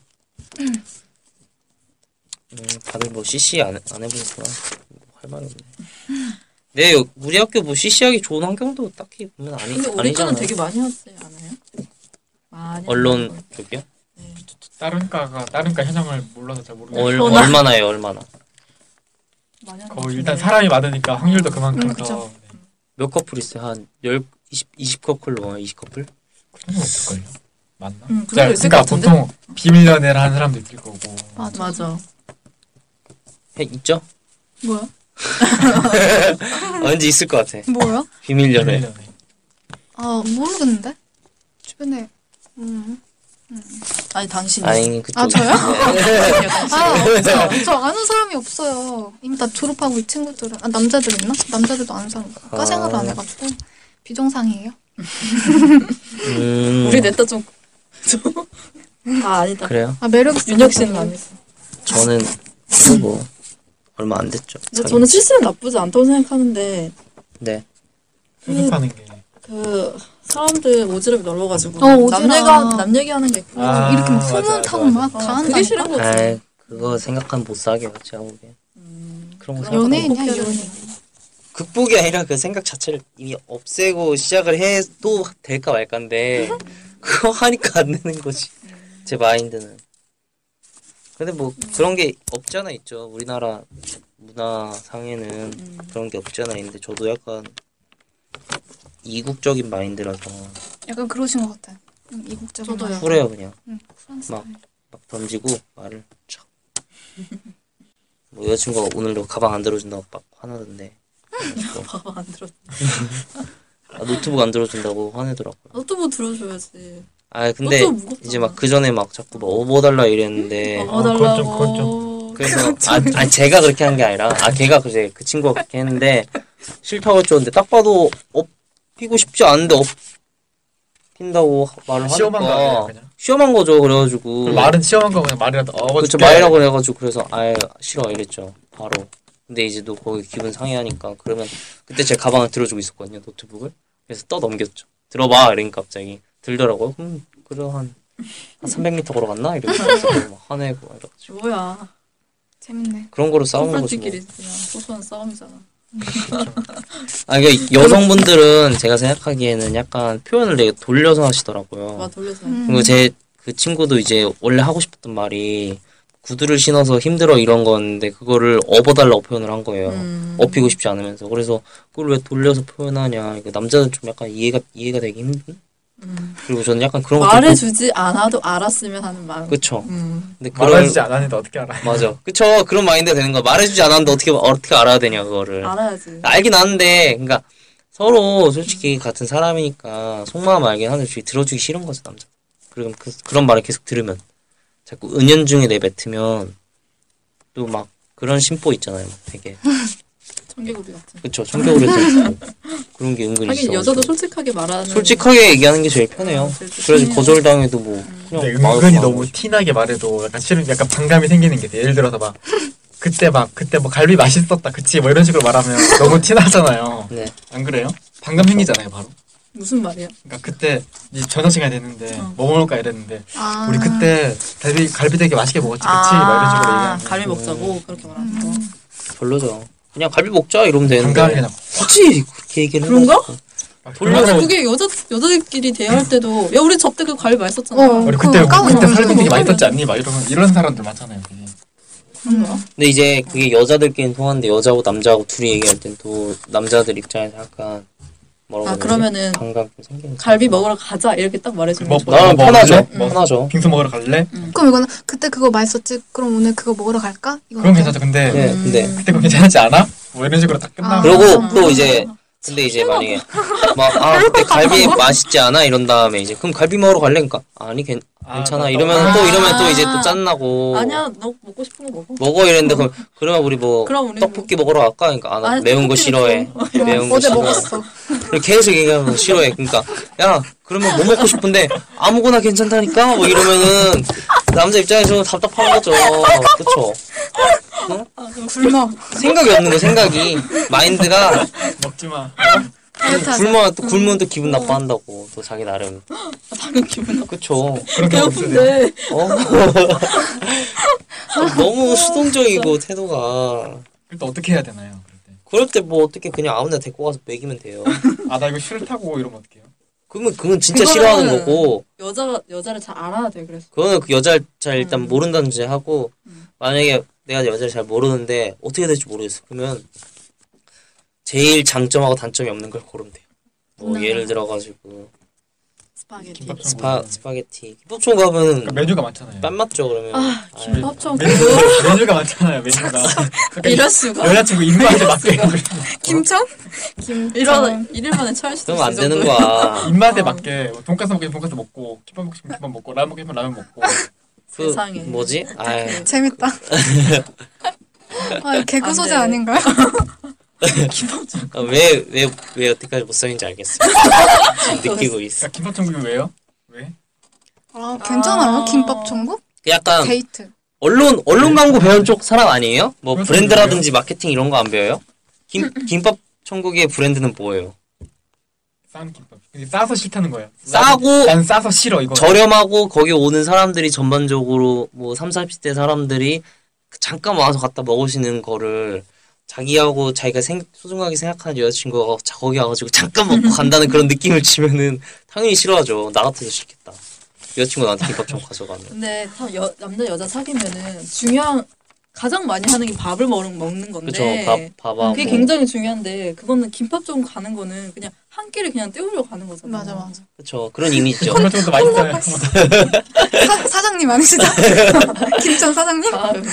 S3: 음, 다들 뭐 CC 안, 안 해보니까 뭐할 말이 없네. 네, 여- 우리 학교 뭐 CC하기 좋은 환경도 딱히 보면 아니,
S5: 근데 우리
S3: 아니잖아요.
S5: 때는 되게 많이 하지 않아요? 많이 하는
S3: 언론
S5: 거.
S3: 쪽이요?
S6: 다른 과가 다른 과 현황을 몰라서 잘 모르겠어요.
S3: 얼, 얼마나요, 얼마나? 어.
S5: 많이 네. 하는 거
S6: 거의 어, 일단
S5: 같은데.
S6: 사람이 많으니까 확률도 그만큼
S4: 음,
S6: 더
S4: 그쵸.
S3: 몇 커플 있어요? 한 10, 20, 20 커플로, 20 커플?
S6: 그런 거 없을걸요? 맞나?
S5: 음, 그런
S6: 자,
S5: 거 있을 것
S6: 그러니까
S5: 같은데?
S6: 보통 비밀 연애를 하는 사람도 있을 거고
S4: 맞아
S5: 맞아.
S3: 해, 있죠?
S4: 뭐야?
S3: 왠지 있을 것 같아.
S4: 뭐야?
S3: 비밀 연애.
S6: 비밀 연애.
S4: 아 모르겠는데 주변에 음.
S5: 아니 당신이
S3: 아니, 그쪽.
S4: 아, 저요?
S3: 네.
S4: 아 없어요. 저 아는 사람이 없어요. 이미 다 졸업하고 이 친구들은 아 남자들 있나? 남자들도 아는 사람
S3: 아.
S4: 없어요. 생활을 안 해가지고 비정상이에요.
S3: 음,
S5: 우리 냈다 좀. 좀- 아 아니다.
S3: 그래요?
S4: 아 매력 있어.
S5: 윤혁 씨는 안 했어.
S3: 저는, 뭐, 얼마 안 됐죠.
S5: 근데
S3: 사귄
S5: 저는
S3: 지.
S5: 실수는 나쁘지 않다고 생각하는데
S3: 네.
S6: 수습하는 게
S5: 그 사람들 오지랖이 넓어가지고
S4: 어, 오지랖.
S5: 남 얘기가 남 얘기하는 게 있고
S6: 아,
S4: 이렇게 막
S6: 맞아,
S4: 소문
S6: 맞아,
S4: 타고
S6: 맞아.
S4: 막
S5: 어,
S4: 다 한다.
S5: 그게 싫은 거지.
S3: 아 그거 생각하면 못 사게 제가 보기엔
S5: 음,
S3: 그런 거
S5: 그런
S3: 생각하면
S5: 거는
S4: 연예인이야,
S5: 꼭 해야
S4: 연예인.
S5: 되는
S3: 극복이 아니라 그 생각 자체를 이미 없애고 시작을 해도 될까 말까인데 그거 하니까 안 되는 거지 제 마인드는 근데 뭐 그런 게 없지 않아 있죠 우리나라 문화상에는 그런 게 없지 않아 있는데 저도 약간 이국적인 마인드라서
S4: 약간 그러신 것 같아요. 음, 이국적인
S5: 저도요.
S4: 마음.
S3: 쿨해요 그냥
S4: 음, 쿨한 스타일.
S3: 막 던지고 말을 촥. 뭐 여자친구가 오늘도 가방 안 들어준다고 막 화나던데 그래가지고
S5: 거. 봐봐 안 들어.
S3: 아, 노트북 안 들어준다고 화내더라고요.
S5: 너도 뭐 들어줘야지.
S3: 아 근데
S5: 노트북 무겁잖아.
S3: 이제 막 그 전에 막 자꾸 막 업어달라 이랬는데
S6: 어, 그건 좀, 그건
S5: 업어달라고.
S3: 그래서 아, 아 제가 그렇게 한 게 아니라 아 걔가 그제 그 친구가 그렇게 했는데 싫다고 했었는데 딱 봐도 업히고 싶지 않은데 업힌다고 하- 말을 하니까
S6: 시험한 거 아니에요, 그냥?
S3: 시험한 거죠 그래가지고
S6: 그럼 말은 시험한 거 그냥 말이라도 어
S3: 음. 그렇죠 말이라고 해가지고 그래서 아예 싫어 이랬죠 바로 근데 이제 또 거기 기분 상해하니까 그러면 그때 제 가방을 들어주고 있었거든요 노트북을 그래서 떠넘겼죠 들어봐 이러니까 갑자기 들더라고요 음 그래 한한 300m 걸어갔나 이러면서 막 화내고 이러고
S5: 뭐야.
S4: 재밌네.
S3: 그런 거로 싸우는 거죠. 뭐.
S5: 소프라치끼리 그냥 소소한 싸움이잖아.
S3: 아, 이게 여성분들은 제가 생각하기에는 약간 표현을 되게 돌려서 하시더라고요.
S5: 막 돌려서.
S4: 음.
S3: 그리고 제 그 친구도 이제 원래 하고 싶었던 말이 구두를 신어서 힘들어 이런 건데 그거를 업어달라고 표현을 한 거예요.
S5: 음.
S3: 업히고 싶지 않으면서 그래서 그걸 왜 돌려서 표현하냐 이거 남자는 좀 약간 이해가 이해가 되기 힘든
S5: 음.
S3: 그리고 저는 약간 그런 것도 좀-
S5: 말해주지 않아도 알았으면 하는 마음.
S3: 그쵸
S5: 음.
S3: 근데 그런
S6: 말하지 않았는데 어떻게 알아?
S3: 맞아 그쵸 그런 마인드가 되는 거야 말해주지 않았는데 어떻게 어떻게 알아야 되냐 그거를
S5: 알아야지.
S3: 알긴 아는데 그러니까 서로 솔직히 같은 사람이니까 속마음 알긴 하는데 솔직히 들어주기 싫은 거죠 남자 그럼 그, 그런 말을 계속 들으면 자꾸 은연중에 내뱉으면 또 막 그런 심보 있잖아요 막 되게
S5: 청개구리 같은.
S3: 그쵸 성격으로 들고 그런 게 은근히
S5: 하긴
S3: 있어
S5: 여자도 음, 솔직하게 말하는.
S3: 솔직하게 얘기하는 게 제일 편해요.
S5: 제일 좋긴
S3: 그래서
S5: 해요.
S3: 거절당해도 뭐 그냥
S6: 근데
S3: 마음-
S6: 네, 은근히
S3: 마음-
S6: 너무 티나게 말해도 약간 싫은 약간 반감이 생기는 게 있어요. 예를 들어서 막 그때 막 그때 뭐 갈비 맛있었다 그치 뭐 이런 식으로 말하면 너무 티나잖아요.
S3: 네.
S6: 안 그래요? 반감 생기잖아요 바로.
S5: 무슨 말이야?
S6: 그러니까 그때 이제 저녁 시간이 됐는데
S5: 어.
S6: 뭐 먹을까 이랬는데
S4: 아.
S6: 우리 그때 갈비 갈비 되게 맛있게 먹었지 그치
S4: 아.
S6: 막 이런 식으로 얘기하면
S5: 갈비 먹자고
S3: 음.
S5: 그렇게 말하는 거.
S3: 별로죠. 그냥 갈비 먹자 이러면 되는데
S6: 반감이 그냥
S3: 굳이 그렇게 얘기를
S5: 그런가?
S3: 해가지고.
S6: 막
S3: 돌려서
S5: 맞아,
S6: 돌려서
S5: 그게 여자 여자들끼리 대화할 때도 야 우리 접대 그 과일 맛있었잖아.
S4: 어.
S6: 우리
S4: 그거
S6: 그때
S4: 까먹어.
S6: 그때 살고 되게
S5: 그거
S6: 많이
S5: 까먹어.
S6: 떴지 않니? 막 이런 이런 사람들 많잖아요. 되게.
S5: 그런 거야?
S3: 근데 이제 그게 여자들끼리 통하는데 여자하고 남자하고 둘이 얘기할 땐 또 남자들 입장에서 약간 뭐라고
S5: 아
S3: 그러지?
S5: 그러면은
S3: 반감 좀 생기는.
S5: 갈비 먹으러 가자 이렇게 딱 말해주면
S6: 뭐,
S5: 좋아.
S6: 뭐,
S3: 나는
S6: 먹으러
S3: 편하죠.
S6: 갈래?
S3: 편하죠.
S6: 빙수 먹으러 갈래?
S4: 그럼 이거는 그때 그거 맛있었지. 그럼 오늘 그거 먹으러 갈까? 이거
S6: 그럼
S4: 어때?
S6: 괜찮죠. 근데
S3: 네,
S5: 음.
S3: 근데
S6: 그때 그거 괜찮지 않아? 뭐 이런 식으로 딱 끝나면
S4: 아.
S3: 그러고 또 이제 근데 이제 만약에 막아 그때 갈비 맛있지 않아 이런 다음에 이제 그럼 갈비 먹으러 갈래? 그러니까 아니 괜,
S6: 아,
S3: 괜찮아
S6: 나-
S3: 이러면
S6: 아.
S3: 또 이러면 또 이제 또 짠나고
S5: 아니야 너 먹고 싶은 거 먹어.
S3: 먹어 이랬는데 그럼 그러면 우리 뭐
S5: 그럼 우리
S3: 떡볶이 먹으러 갈까? 그러니까 아, 나
S5: 아니,
S3: 매운 거
S5: 떡볶이는
S3: 싫어해.
S4: 어,
S3: 매운 거
S4: 어제
S3: 싫어.
S4: 먹었어.
S3: 그리고 계속 얘기하면 뭐 싫어해. 그러니까 야 그러면 뭐 먹고 싶은데 아무거나 괜찮다니까 뭐 이러면은 남자 입장에서는 답답한 거죠. 그렇죠.
S4: 굶어.
S3: 생각이 없는 거 생각이 마인드가
S6: 먹지 마.
S3: 굶어 또 굶으면 또 기분 나빠한다고 또 자기 나름.
S5: 방금 기분 나.
S3: 그렇죠.
S6: 그렇게 없어요.
S5: 배고픈데
S3: 어? 너무 수동적이고 태도가
S6: 일단 어떻게 해야 되나요? 그럴 때.
S3: 그럴 때 뭐 어떻게 그냥 아무나 데리고 가서 먹이면 돼요.
S6: 아, 나 이거 싫다고 이러면 어떡해요?
S3: 그러면 그건 진짜
S5: 그거는-
S3: 싫어하는 거고
S5: 여자가 여자를 잘 알아야 돼 그래서.
S3: 그거는 그 여자를 잘 일단
S5: 음.
S3: 모른다는 주제 하고 만약에 내가 여자를 잘 모르는데 어떻게 될지 모르겠어 그러면 제일 장점하고 단점이 없는 걸 고르면 돼요 뭐
S5: 음.
S3: 예를 들어가지고
S5: 스파게티.
S6: 김밥 좀
S3: 스파
S6: 먹어요.
S3: 스파게티 김밥촌 가면
S6: 그러니까 메뉴가 많잖아요.
S3: 뺨 맞죠 그러면
S5: 아
S3: 아이,
S4: 어,
S5: 김밥 좀
S6: 메뉴가, 메뉴가 많잖아요. 메뉴가. 그러니까
S5: 이럴 수가.
S6: 여자친구 입맛에 맞게 해주는-
S4: 김청? 김
S5: 이런 일일 만에 처할 수도
S3: 그러면
S5: 있어.
S3: 안 되는 거야
S6: 입맛에
S5: 어.
S6: 맞게 뭐 돈까스 먹기 돈까스 먹고 김밥 먹고 싶으면 김밥 먹고 라면 먹기 싶으면 라면 먹고 그러니까
S3: 그
S5: 세상에.
S3: 뭐지 아
S4: 재밌다. 아, 개그
S5: 안
S4: 소재
S5: 돼.
S4: 아닌가요?
S3: 예. 아, 왜왜 왜 여태까지 못 썼는지 알겠어요 지금 느끼고 있어
S6: 그러니까 김밥 천국이 왜요? 왜?
S4: 아, 괜찮아요.
S5: 아.
S4: 김밥 천국?
S3: 그 약간
S4: 데이트.
S3: 언론 언론 광고 배운 쪽 사람 아니에요? 뭐
S6: 네. 그렇죠,
S3: 브랜드라든지 마케팅 이런 거 안 배워요? 김
S5: 음.
S3: 김밥 천국의 브랜드는 뭐예요?
S6: 싼 김밥. 근데 싸서 싫다는 거예요.
S3: 싸고-
S6: 난 싸서 싫어 이거.
S3: 저렴하고 거기 오는 사람들이 전반적으로 뭐 3, 40대 사람들이 그 잠깐 와서 갖다 먹으시는 거를 자기하고 자기가 생, 소중하게 생각하는 여자친구가 자- 거기 와가지고 잠깐
S5: 음.
S3: 먹고 간다는 그런 느낌을 주면은 당연히 싫어하죠. 나 같아도 싫겠다. 여자친구 나한테 김밥 천국 가져가면.
S5: 근데 참 여, 남자 여자 사귀면은 중요한 가장 많이 하는 게 밥을 먹는 먹는
S3: 그쵸?
S5: 건데.
S3: 밥, 밥하고.
S5: 네. 그게 굉장히 중요한데 그거는 김밥 좀 가는 거는 그냥 한 끼를 그냥 때우려 가는 거잖아.
S4: 맞아, 맞아.
S3: 그쵸? 그런 이미지죠.
S6: 김밥 천국도 맛있어요.
S4: 음. 사, 사장님 아니시죠? 김청 사장님?
S5: 아유,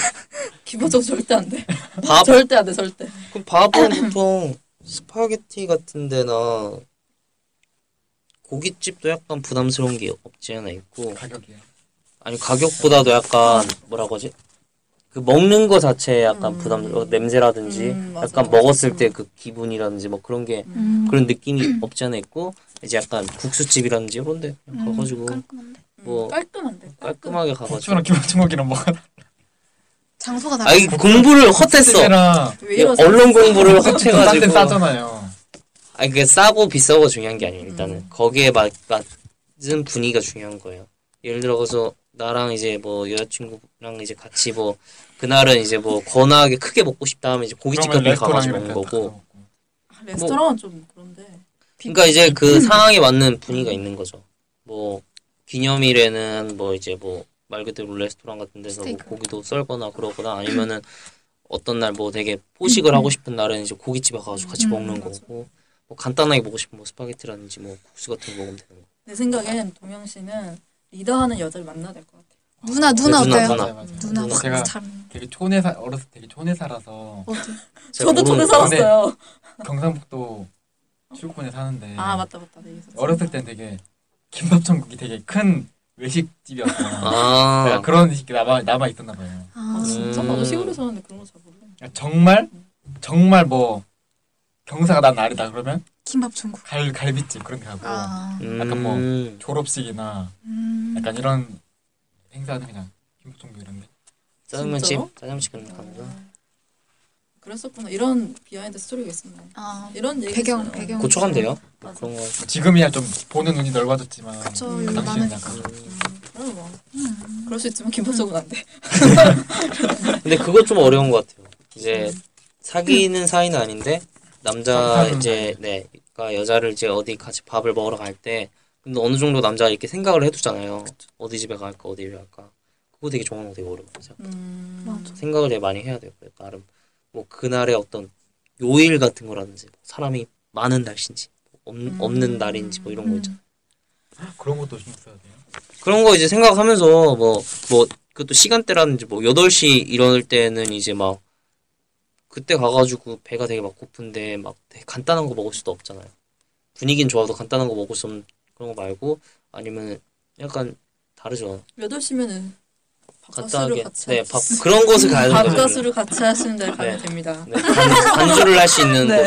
S5: 김밥도 절대 안 돼.
S3: 밥,
S5: 절대 안 돼, 절대.
S3: 그 밥은 보통 스파게티 같은 데나 고깃집도 약간 부담스러운 게 없지 않아 있고
S6: 가격이요.
S3: 아니 가격보다도 약간 뭐라고 하지? 그 먹는 거 자체에 약간 부담스러워 어, 냄새라든지
S5: 음, 맞아,
S3: 약간
S5: 맞아.
S3: 먹었을 때 그 기분이라든지 뭐 그런 게
S4: 음.
S3: 그런 느낌이 없지 않아 있고 이제 약간 국수집이라든지 이런 데 그냥 가가지고
S4: 음, 깔끔한데.
S3: 뭐
S5: 깔끔한데.
S3: 깔끔하게
S6: 고추랑
S3: 가가지고
S6: 김밥 천국이랑 뭐가
S4: 장소가 다르
S3: 아이 그 공부를 헛했어
S6: 랑
S5: 왜 이러지?
S3: 언론 공부를
S6: 싼데
S3: 헛해가지고
S6: 싸잖아요.
S3: 아니
S6: 음.
S3: 그게 싸고 비싸고 중요한 게 아니에요 일단은 거기에 맞- 맞은 분위기가 중요한 거예요 예를 들어서 나랑 이제 뭐 여자친구랑 이제 같이 뭐 그날은 이제 뭐 거나하게 크게 먹고 싶다 하면 이제 고깃집 같은 데
S6: 그러면
S3: 가가지고
S6: 레스토랑이랑
S3: 먹는
S6: 이렇게
S3: 거고
S6: 다 먹고.
S5: 아, 레스토랑은 좀 그런데.
S3: 그러니까 이제
S5: 음.
S3: 그 상황에 맞는 분위기가 있는 거죠. 뭐 기념일에는 뭐 이제 뭐 말 그대로 레스토랑 같은 데서 뭐
S4: 스테이크.
S3: 고기도 썰거나 그러거나 아니면은 어떤 날 뭐 되게
S5: 음.
S3: 포식을 하고 싶은 날은 이제 고깃집에 가가지고 같이
S4: 음,
S3: 먹는
S4: 맞아.
S3: 거고 뭐 간단하게 먹고 싶으면 뭐 스파게티라든지 뭐 국수 같은 거 먹으면 되는 거.
S5: 내 생각엔 동영 씨는 리더하는 여자를 만나야 될 것 같아.
S4: 누나
S3: 네,
S4: 누나 어때요?
S3: 누나.
S6: 맞아요, 맞아요.
S4: 누나
S3: 누나.
S4: 확
S6: 제가
S4: 참.
S6: 되게 촌에 살 어렸을 때 되게 촌에 살아서
S4: 어때?
S3: 제가
S5: 저도
S3: 모르는 거예요.
S5: 초대 살았어요.
S6: 경상북도 출근에 사는데
S5: 아 맞다 맞다. 네, 있었어.
S6: 어렸을 땐 되게 김밥 천국이 되게 큰 외식집이었어요.
S3: 아,
S6: 내가 그런 식이 남아 남아 있었나 봐요.
S4: 아
S5: 아, 진짜
S3: 음.
S5: 나도 시골에 사는데 그런 거 잘 모르.
S6: 정말 정말 뭐 경사가 난 아래다 그러면
S4: 김밥 천국.
S6: 갈 갈비집 그런 데 가고
S4: 아.
S6: 약간 뭐
S3: 음,
S6: 졸업식이나
S4: 음.
S6: 약간 이런 행사는 그냥 김밥 천국 이런데.
S3: 짜장면집,
S5: 진짜로?
S3: 짜장면집 같은 데 가면
S5: 그랬었구나. 이런 비하인드 스토리가 있었네.
S4: 아.
S5: 이런 얘기
S4: 배경,
S5: 있어요.
S4: 배경.
S3: 고쳐간대요. 뭐
S5: 맞아.
S3: 그런 거.
S6: 지금이야 좀 보는 눈이 넓어졌지만
S4: 그쵸.
S5: 음,
S4: 요즘
S5: 그
S6: 당시에는
S4: 많은
S6: 약간
S5: 그럼 뭐
S4: 음.
S5: 그럴 수 있지만 김밥적은 안 돼.
S3: 근데 그거 좀 어려운 것 같아요. 이제 사귀는 사이는 아닌데 남자
S6: 사귀는
S3: 이제 네, 그러니까 여자를 이제 어디 같이 밥을 먹으러 갈 때 근데 어느 정도 남자가 이렇게 생각을 해두잖아요. 어디 집에 갈까 어디 집에 갈까 그거 되게 정하는 거 되게 어려운 거죠.
S5: 음,
S4: 맞아.
S3: 생각을 되게 많이 해야 돼요. 그래서 나름 뭐 그날의 어떤 요일 같은 거라든지 뭐 사람이 많은 날인지 뭐 없, 없는 날인지
S4: 음.
S3: 뭐 이런 거 있잖아요.
S6: 그런 것도 신경 써야 돼요.
S3: 그런 거 이제 생각하면서 뭐, 뭐, 그것도 시간대라든지 뭐, 8시 이럴 때는 이제 막, 그때 가가지고 배가 되게 막 고픈데 막 되게 간단한 거 먹을 수도 없잖아요. 분위기는 좋아도 간단한 거 먹을 수 없는 그런 거 말고, 아니면 약간 다르죠.
S5: 몇 시면은 밥가수를
S3: 간단하게.
S5: 같이
S3: 네,
S5: 할
S3: 밥,
S5: 수-
S3: 그런 곳을 가야 되는 거죠.
S5: 밥가수를 같이 하시는 데를 가면
S3: 네.
S5: 됩니다.
S3: 네, 간- 간주를 할 수 있는
S5: 네.
S3: 곳.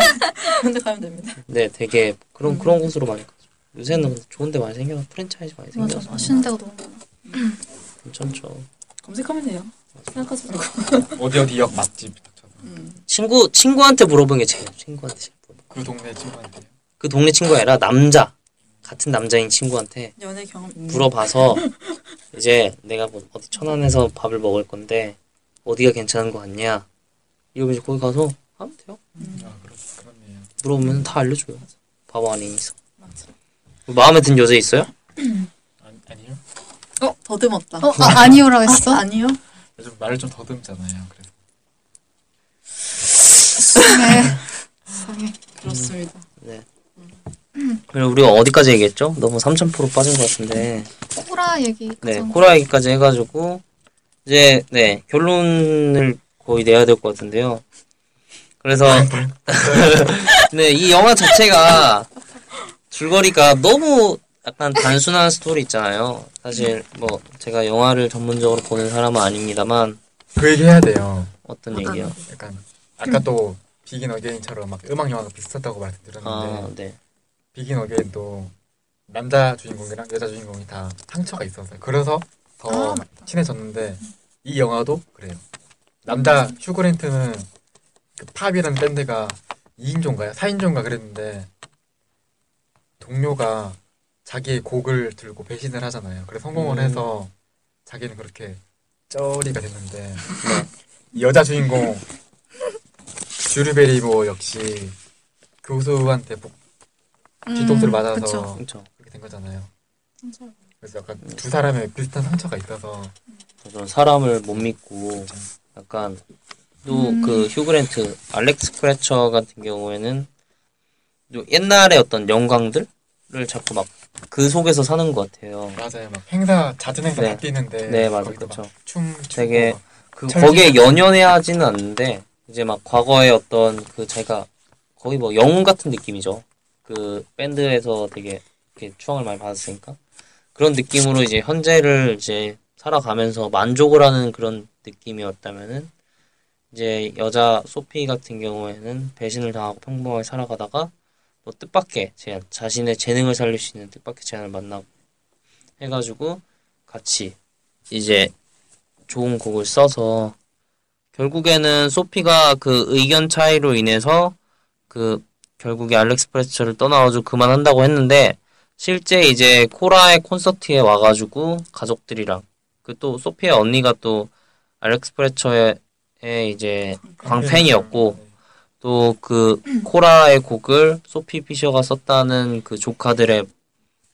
S5: 근데 가면 됩니다.
S3: 네, 되게 그런, 그런 곳으로 많이 가죠. 요새는 근데 좋은 데 많이 생겨서 프랜차이즈 많이
S4: 맞아.
S3: 생겨서
S4: 맛있는 데가 너무 많아.
S3: 괜찮죠.
S5: 검색하면 돼요. 생각하지 말고.
S6: 어디 어디 역 맛집 딱 쳐서
S5: 음.
S3: 친구, 친구한테 물어본 게 제일, 친구한테 제일 물어본
S6: 그 동네 친구한테
S3: 그 동네 친구가 아니라 남자 같은 남자인 친구한테
S5: 연애 경험 있는
S3: 물어봐서 이제 내가 뭐 어디 천안에서 밥을 먹을 건데 어디가 괜찮은 거 같냐 이러면 이제 거기 가서 하면 돼요
S6: 아 그렇 그렇네요.
S3: 물어보면 다 알려줘요 바보 아니니까
S5: 맞아.
S3: 마음에 든 여자 있어요?
S6: 아니, 아니요.
S5: 어 더듬었다.
S4: 어 아, 아니오라고 했어?
S5: 아, 아니요.
S6: 요즘 말을 좀 더듬잖아요. 그래서
S4: 네. 이상해.
S5: 그렇습니다.
S3: 그리고 우리가 어디까지 얘기했죠? 너무 3000% 빠진 것 같은데
S4: 코라 얘기. 그
S3: 네
S4: 정도.
S3: 코라 얘기까지 해가지고 이제 네 결론을 거의 내야 될 것 같은데요 아, 그래서 네, 이 영화 자체가 줄거리가 너무 약간 단순한 스토리 있잖아요. 사실 뭐 제가 영화를 전문적으로 보는 사람은 아닙니다만
S6: 그 얘기 해야 돼요.
S3: 어떤 얘기요?
S6: 약간 아까 또 비긴 어게인처럼 막 음악 영화가 비슷하다고 말씀드렸는데
S3: 아, 네.
S6: 비긴 어게인도 남자 주인공이랑 여자 주인공이 다 상처가 있었어요. 그래서 더
S5: 아, 맞다.
S6: 친해졌는데 이 영화도 그래요. 남자 휴그랜트는 그 팝이라는 밴드가 2인조인가요? 4인조인가 그랬는데 동료가 자기의 곡을 들고 배신을 하잖아요. 그래서 성공을
S3: 음.
S6: 해서 자기는 그렇게 쩌리가 됐는데 이 여자 주인공 주르베리모 역시 교수한테 복- 음. 뒤통수를 맞아서
S4: 그쵸.
S3: 음, 그렇죠.
S6: 그렇게 된 거잖아요.
S4: 진짜.
S6: 그래서 약간 두 사람의 비슷한 상처가 있어서
S3: 저는 사람을 못 믿고 약간 또 그 휴그랜트 알렉스 크래처 같은 경우에는 또 옛날에 어떤 영광들을 자꾸 막 그 속에서 사는 것 같아요.
S6: 맞아요. 막 행사 잦은 행사
S3: 네.
S6: 다 뛰는데
S3: 네, 맞아요.
S6: 거기서
S3: 그쵸.
S6: 막 춤, 추고
S3: 되게
S6: 막
S3: 그
S6: 철저히
S3: 거기에 연연해하지는 않는데 이제 막 과거의 어떤 그 자기가 거의 뭐 영웅 같은 느낌이죠. 그 밴드에서 되게 이렇게 추앙을 많이 받았으니까 그런 느낌으로 이제 현재를 이제 살아가면서 만족을 하는 그런 느낌이었다면은 이제 여자 소피 같은 경우에는 배신을 당하고 평범하게 살아가다가 뭐 뜻밖의 제안 자신의 재능을 살릴 수 있는 뜻밖의 제안을 만나고 해가지고 같이 이제 좋은 곡을 써서 결국에는 소피가 그 의견 차이로 인해서 그 결국에 알렉스 프레처를 떠나가지고 그만한다고 했는데 실제 이제 코라의 콘서트에 와가지고 가족들이랑 그 또 소피아 언니가 또 알렉스 프레처의 의 이제 광팬이었고 또 그 코라의 곡을 소피 피셔가 썼다는 그 조카들의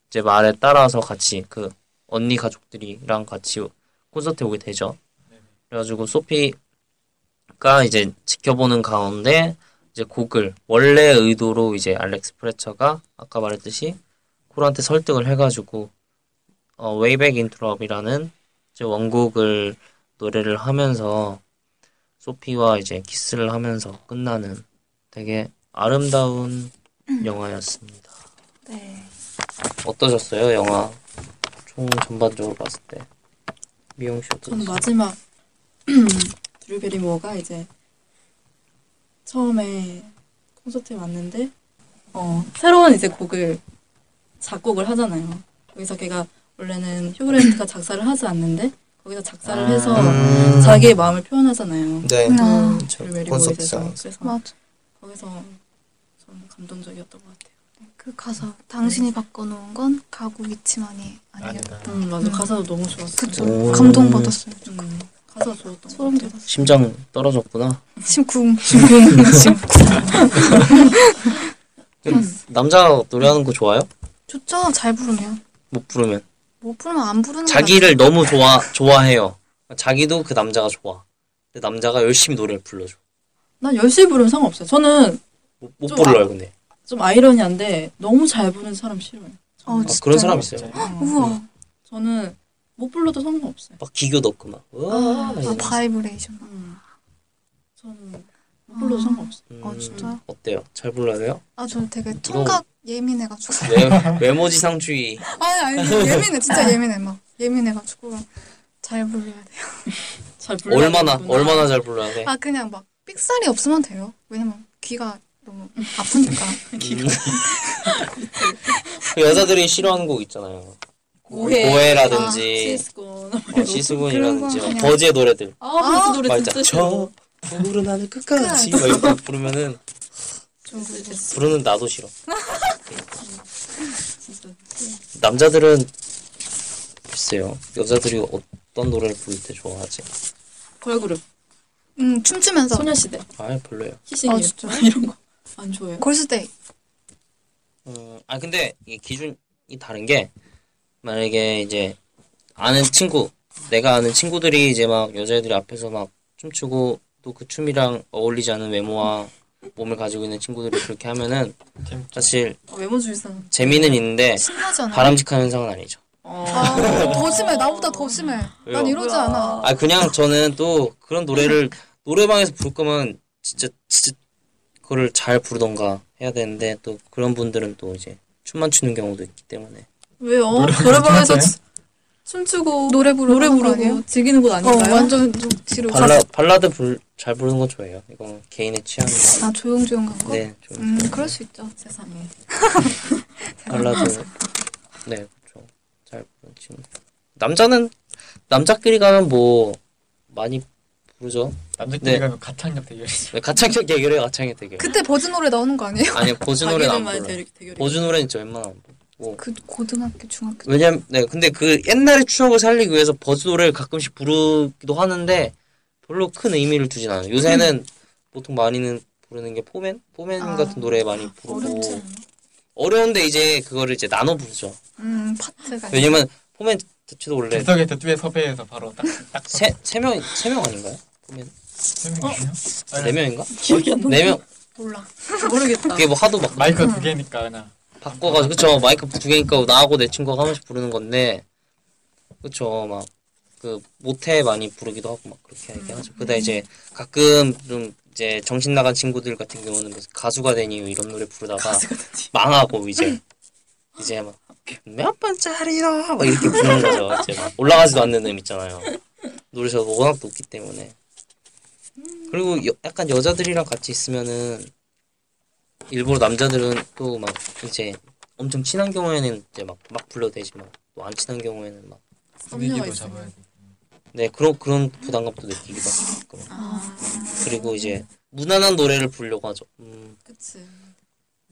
S3: 이제 말에 따라서 같이 그 언니 가족들이랑 같이 콘서트에 오게 되죠. 그래가지고 소피가 이제 지켜보는 가운데 이제 곡을 원래 의도로 이제 알렉스 프레처가 아까 말했듯이 코라한테 설득을 해가지고 어, Way b 이라는 이제 원곡을 노래를 하면서 소피와 이제 키스를 하면서 끝나는 되게 아름다운
S5: 음.
S3: 영화였습니다.
S4: 네.
S3: 어떠셨어요, 영화? 총 전반적으로 봤을 때. 미용 씨
S5: 저는
S3: 어떠셨어요?
S5: 마지막 드류베리모어가 이제 처음에 콘서트에 왔는데 어, 새로운 이제 곡을 작곡을 하잖아요. 거기서 걔가 원래는 휴그랜트가 작사를 하지 않는데 거기서 작사를 해서
S3: 음.
S5: 자기의 마음을 표현하잖아요.
S7: 네.
S4: 아,
S7: 저
S5: 드류베리모어에서
S7: 아. 콘서트장에서.
S5: 그래서
S4: 맞아.
S5: 거기서 저는 감동적이었던 것 같아요.
S4: 그 가사. 당신이 바꿔놓은 건 가구 위치만이 아니었다.
S6: 아니다.
S5: 음 맞아
S4: 음.
S5: 가사도 너무 좋았어.
S4: 그쵸.
S3: 음.
S4: 감동받았어요. 저거.
S5: 음, 가사 좋았던 것
S4: 소름
S5: 같아요.
S4: 돋았어요.
S3: 심장 떨어졌구나.
S4: 음. 심쿵. 심쿵. 심쿵.
S3: 남자가 노래하는 거 좋아요?
S4: 좋죠. 잘 부르면.
S3: 못 부르면.
S4: 못 부르면 안 부르는 거
S3: 자기를 너무 좋아, 좋아해요. 자기도 그 남자가 좋아. 근데 남자가 열심히 노래를 불러줘.
S5: 난 열심히 부르면 상관없어요. 저는
S3: 못, 못
S5: 좀
S3: 불러요, 근데.
S5: 좀 아이러니한데 너무 잘 부르는 사람 싫어요.
S4: 어,
S3: 아,
S4: 진짜.
S3: 그런 사람 있어요. 음.
S4: 우와.
S5: 저는 못 불러도 상관없어요.
S3: 막 기교 넣고 막. 어? 으아, 막
S4: 아,
S3: 이러면서.
S4: 바이브레이션.
S5: 음. 저는 못 불러도
S4: 아.
S5: 상관없어요.
S3: 음,
S4: 어, 진짜요?
S3: 어때요? 잘 불러야 돼요?
S4: 아, 저
S3: 음.
S4: 되게 청각 예민해가지고.
S3: 외, 외모지상주의.
S4: 아니, 아니, 예민해. 진짜 예민해. 막. 예민해가지고. 잘 불러야 돼.
S5: 잘 불러.
S3: 얼마나, 얼마나 잘 불러야 돼?
S4: 아, 그냥 막 삑살이 없으면 돼요. 왜냐면 귀가 너무 아프니까.
S3: 음. 그 여자들이 싫어하는 곡 있잖아요.
S5: 고해. 아,
S3: 고해라든지,
S5: 시스콘.
S3: 어, 시스군이라든지, 어,
S4: 그런 거
S3: 버즈의 노래들.
S5: 아, 벌써 노래
S3: 막
S5: 진짜
S3: 있잖아.
S5: 싫어.
S3: 저 부르는 하늘 끝까지. 막 이렇게 부르면은,
S5: 저 진짜
S3: 부르는 나도 싫어.
S5: 진짜.
S3: 남자들은 글쎄요 여자들이 어떤 노래를 부를 때 좋아하지?
S5: 걸그룹.
S4: 음, 춤추면서.
S5: 소녀시대.
S3: 아 별로예요.
S5: 키싱.
S4: 아,
S5: 아,
S4: 진짜?
S5: 진짜. 이런 거 안 좋아해요.
S4: 골스데이.
S3: 음, 아 근데 이 기준이 다른 게 만약에 이제 아는 친구 내가 아는 친구들이 이제 막 여자애들이 앞에서 막 춤추고 또 그 춤이랑 어울리지 않은 외모와 몸을 가지고 있는 친구들이 그렇게 하면은 사실
S5: 어, 외모 주의상.
S3: 재미는 있는데
S4: 신나지 않아?
S3: 바람직한 현상은 아니죠.
S5: 어.
S4: 아, 더 심해. 나보다 더 심해. 난
S3: 왜요?
S4: 이러지 않아.
S3: 아 그냥 저는 또 그런 노래를 노래방에서 부를 거면 진짜 진짜 그거를 잘 부르던가 해야 되는데 또 그런 분들은 또 이제 춤만 추는 경우도 있기 때문에
S5: 왜요? 노래방에서
S6: 괜찮아요?
S5: 춤- 춤추고
S4: 노래 부르는
S5: 노래
S4: 거 아니에요?
S5: 부르고 즐기는 곳
S4: 어,
S5: 아닌가요?
S4: 완전 좀 뒤로
S3: 발라 발라드 불, 잘 부르는 거 좋아해요. 이건 개인의 취향인데
S4: 아, 조용조용한 거?
S3: 좀
S4: 음, 그럴 수 있죠.
S5: 세상에.
S3: 발라드 네 그렇죠 잘 부르는 친구 남자는 남자끼리 가면 뭐 많이 부르죠.
S6: 남자끼리
S3: 네.
S6: 가면 가창력 대결.
S3: 네, 가창력 대결이에요 가창력 대결.
S4: 그때 버즈 노래 나오는 거 아니에요?
S3: 아니 보즈 노래는 안
S5: 자기들만의
S3: 불러요.
S5: 대결- 대결이.
S3: 보즈 노래는 진짜 웬만하면 안 불러요.
S4: 그 고등학교, 중학교.
S3: 왜냐면 네 근데 그 옛날의 추억을 살리기 위해서 버즈 노래를 가끔씩 부르기도 하는데 별로 큰 의미를 두진 않아요. 요새는 보통 많이는 부르는 게 포맨 포맨
S4: 아,
S3: 같은 노래 많이 부르고
S4: 어렵지 않아?
S3: 어려운데 이제 그거를 이제 나눠 부르죠.
S4: 음, 파트가.
S3: 왜냐면 포맨 자체도 원래
S6: 즉석에서 듀엣 섭외해서 바로 딱딱
S3: 세세명세 명 아닌가요? 포맨
S5: 어?
S6: 세명이요
S3: 네 명인가?
S5: 기억이 안 나.
S3: 네 명.
S4: 몰라.
S5: 모르겠다.
S3: 그게 뭐 하도 막
S6: 마이크
S5: 음.
S6: 두 개니까 하나.
S3: 바꿔가지고 그쵸 마이크 두 개니까 나하고 내 친구가 한 번씩 부르는 건데 그쵸 막 그 모태 많이 부르기도 하고 막 그렇게 얘기 하죠 그다 이제 가끔 좀 이제 정신 나간 친구들 같은 경우는 뭐 가수가 되니 이런 노래 부르다가 망하고 이제 이제 막 몇 번짜리로 막 이렇게 부르는 거죠 이제 막 올라가지도 않는 음 있잖아요 노래가 워낙 높기 때문에 그리고 여- 약간 여자들이랑 같이 있으면은 일부러 남자들은 또 막 이제 엄청 친한 경우에는 이제 막, 막 불러도 되지만 또 안 친한 경우에는 막
S5: 썸녀가
S6: 분위기도
S5: 있어요.
S6: 잡아야 돼.
S3: 네, 그런 그런 부담감도 느끼기도 하고
S5: 아,
S3: 그리고 이제 무난한 노래를 부르려고 하죠. 음,
S5: 그치.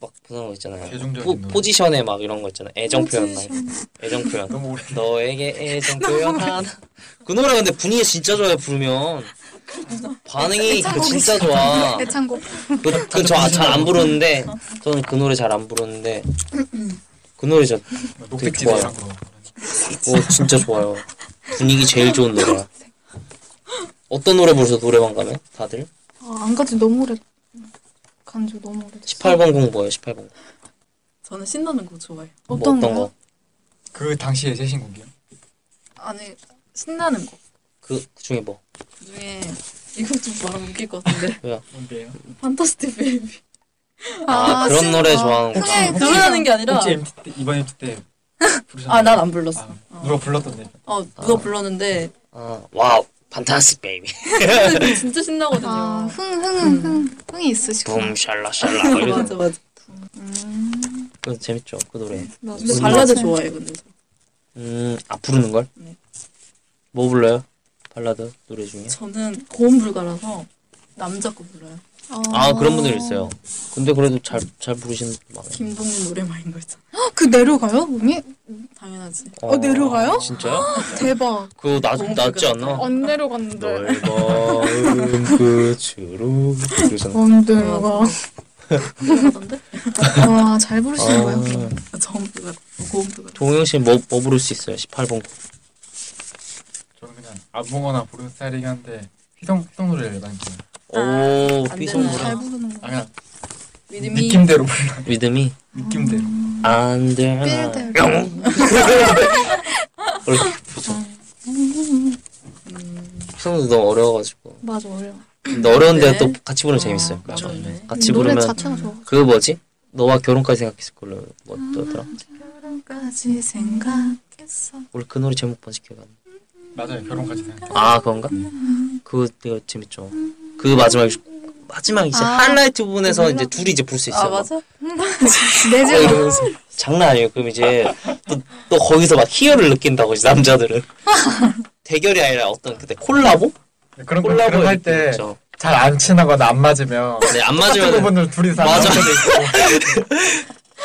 S3: 막 그런 거 있잖아요.
S6: 대중적인
S3: 포,
S6: 노래.
S3: 포지션에 막 이런 거 있잖아요. 애정 표현 막
S5: 포지션.
S3: 애정 표현.
S6: 너무 오래
S3: 너에게 애정 표현 하나. 그 노래 근데 분위기 진짜 좋아요 부르면 반응이 그 진짜 좋아.
S4: 애창곡.
S3: 그, 그저잘안 부르는데 저는 그 노래 잘 안 부르는데 그 노래 저
S6: 녹색지대랑 뭐
S3: 어, 진짜 좋아요. 분위기 제일 좋은 노래야. 어떤 노래 부르세요 노래방 가면 다들?
S4: 아, 안 가지 너무 오래 간지 너무 오래.
S3: 18번 공부예요 18번.
S5: 저는 신나는 곡 좋아해요.
S3: 뭐
S4: 어떤
S3: 어떤
S4: 거요?
S3: 거?
S6: 그 당시에 제 신곡이요.
S5: 아니 신나는 곡
S3: 그, 그 중에 뭐?
S5: 중에 이거 좀 말하면 웃길 것 같은데
S6: 뭔데요?
S5: 판타스틱 베이비.
S3: 아, 그런 노래 좋아하는구나.
S4: 그래, 그래.
S5: 그러는 게 아니라
S6: 혹시 MT 때 이번 MT 때 부르셨나요?
S5: 아 난 안 불렀어.
S6: 아, 누가 불렀던데?
S5: 어 누가 불렀는데
S3: 아, 와우, 판타스틱 베이비.
S5: 근데 진짜 신나거든요.
S4: 아, 흥, 흥, 흥, 흥이 있으시구나.
S3: 붐 샬라 샬라. 막 이러잖아.
S5: 맞아 맞아.
S3: 그거 재밌죠 그 노래.
S4: 나
S5: 근데
S3: 무슨
S5: 발라드
S4: 노래?
S5: 좋아해 근데 저.
S3: 음, 아 부르는 걸?
S5: 네.
S3: 뭐 불러요? 발라드 노래 중에?
S5: 저는 고음 불가라서 남자 거 불러요.
S3: 아 그런 분들 있어요. 근데 그래도 잘 잘 부르시는 분 많아요.
S5: 김동률 노래방인 거 있잖아.
S4: 헉, 그 내려가요? 음이?
S5: 당연하지.
S3: 어,
S4: 내려가요? 어.
S3: 진짜요?
S4: 대박.
S3: 그거 낮 낮지 않나?
S4: 안 내려갔는데.
S5: 아,
S3: 넓은 끝으로 그러잖아.
S4: 안 내려가.
S5: 불가던데?
S6: 음,
S4: 와, 잘 부르시는 거예요?
S3: 아,
S5: 저음 불가 고음 불가.
S3: 동영 씨뭐뭐 부를 수 있어요? 18번.
S6: 저는 그냥 아무거나 부르는 스타일이긴 한데 휘성 휘성 노래를 많이 불러요.
S3: 오,
S5: 아, 안
S3: 삐송
S5: 되나요?
S3: 노래.
S4: 잘 부르는
S6: 아
S4: 거.
S6: 그냥
S5: 믿음이
S6: 느낌대로 불러.
S3: 믿음이
S6: 느낌대로.
S3: 안 되나?
S4: 필드.
S3: 아. 뿅. 원래
S5: 음,
S3: 삐송 너무 어려워가지고.
S4: 맞아, 어려워.
S3: 근데 어려운데
S5: 네.
S3: 또 같이 부르면 재밌어요.
S5: 아,
S3: 그렇죠.
S5: 어려운데.
S3: 같이
S4: 노래
S3: 부르면
S4: 자체가 좋아.
S3: 그거 뭐지? 너와 결혼까지 생각했을 걸로 뭐더라?
S4: 까지 생각했어.
S3: 원래 그 노래 제목 번지 기억 안 나.
S6: 맞아요. 결혼까지 생각.
S3: 아 그건가? 그거 되게 재밌죠. 그 마지막 마지막 이제 하이라이트 부분에서 이제 둘이 이제 볼 수 있어요.
S5: 그 아 맞아?
S3: 어, 이러면서 장난 아니에요. 그럼 이제 또, 또 거기서 막 희열을 느낀다고 이제 남자들은 대결이 아니라 어떤 그때 콜라보
S6: 네, 그런 거
S3: 콜라보
S6: 그런 할때 잘 안
S3: 있죠.
S6: 친하거나 안 맞으면
S3: 네, 안
S6: 똑같은
S3: 맞으면
S6: 부분을 둘이서 안
S3: 맞아.
S6: 맞을 때도 있고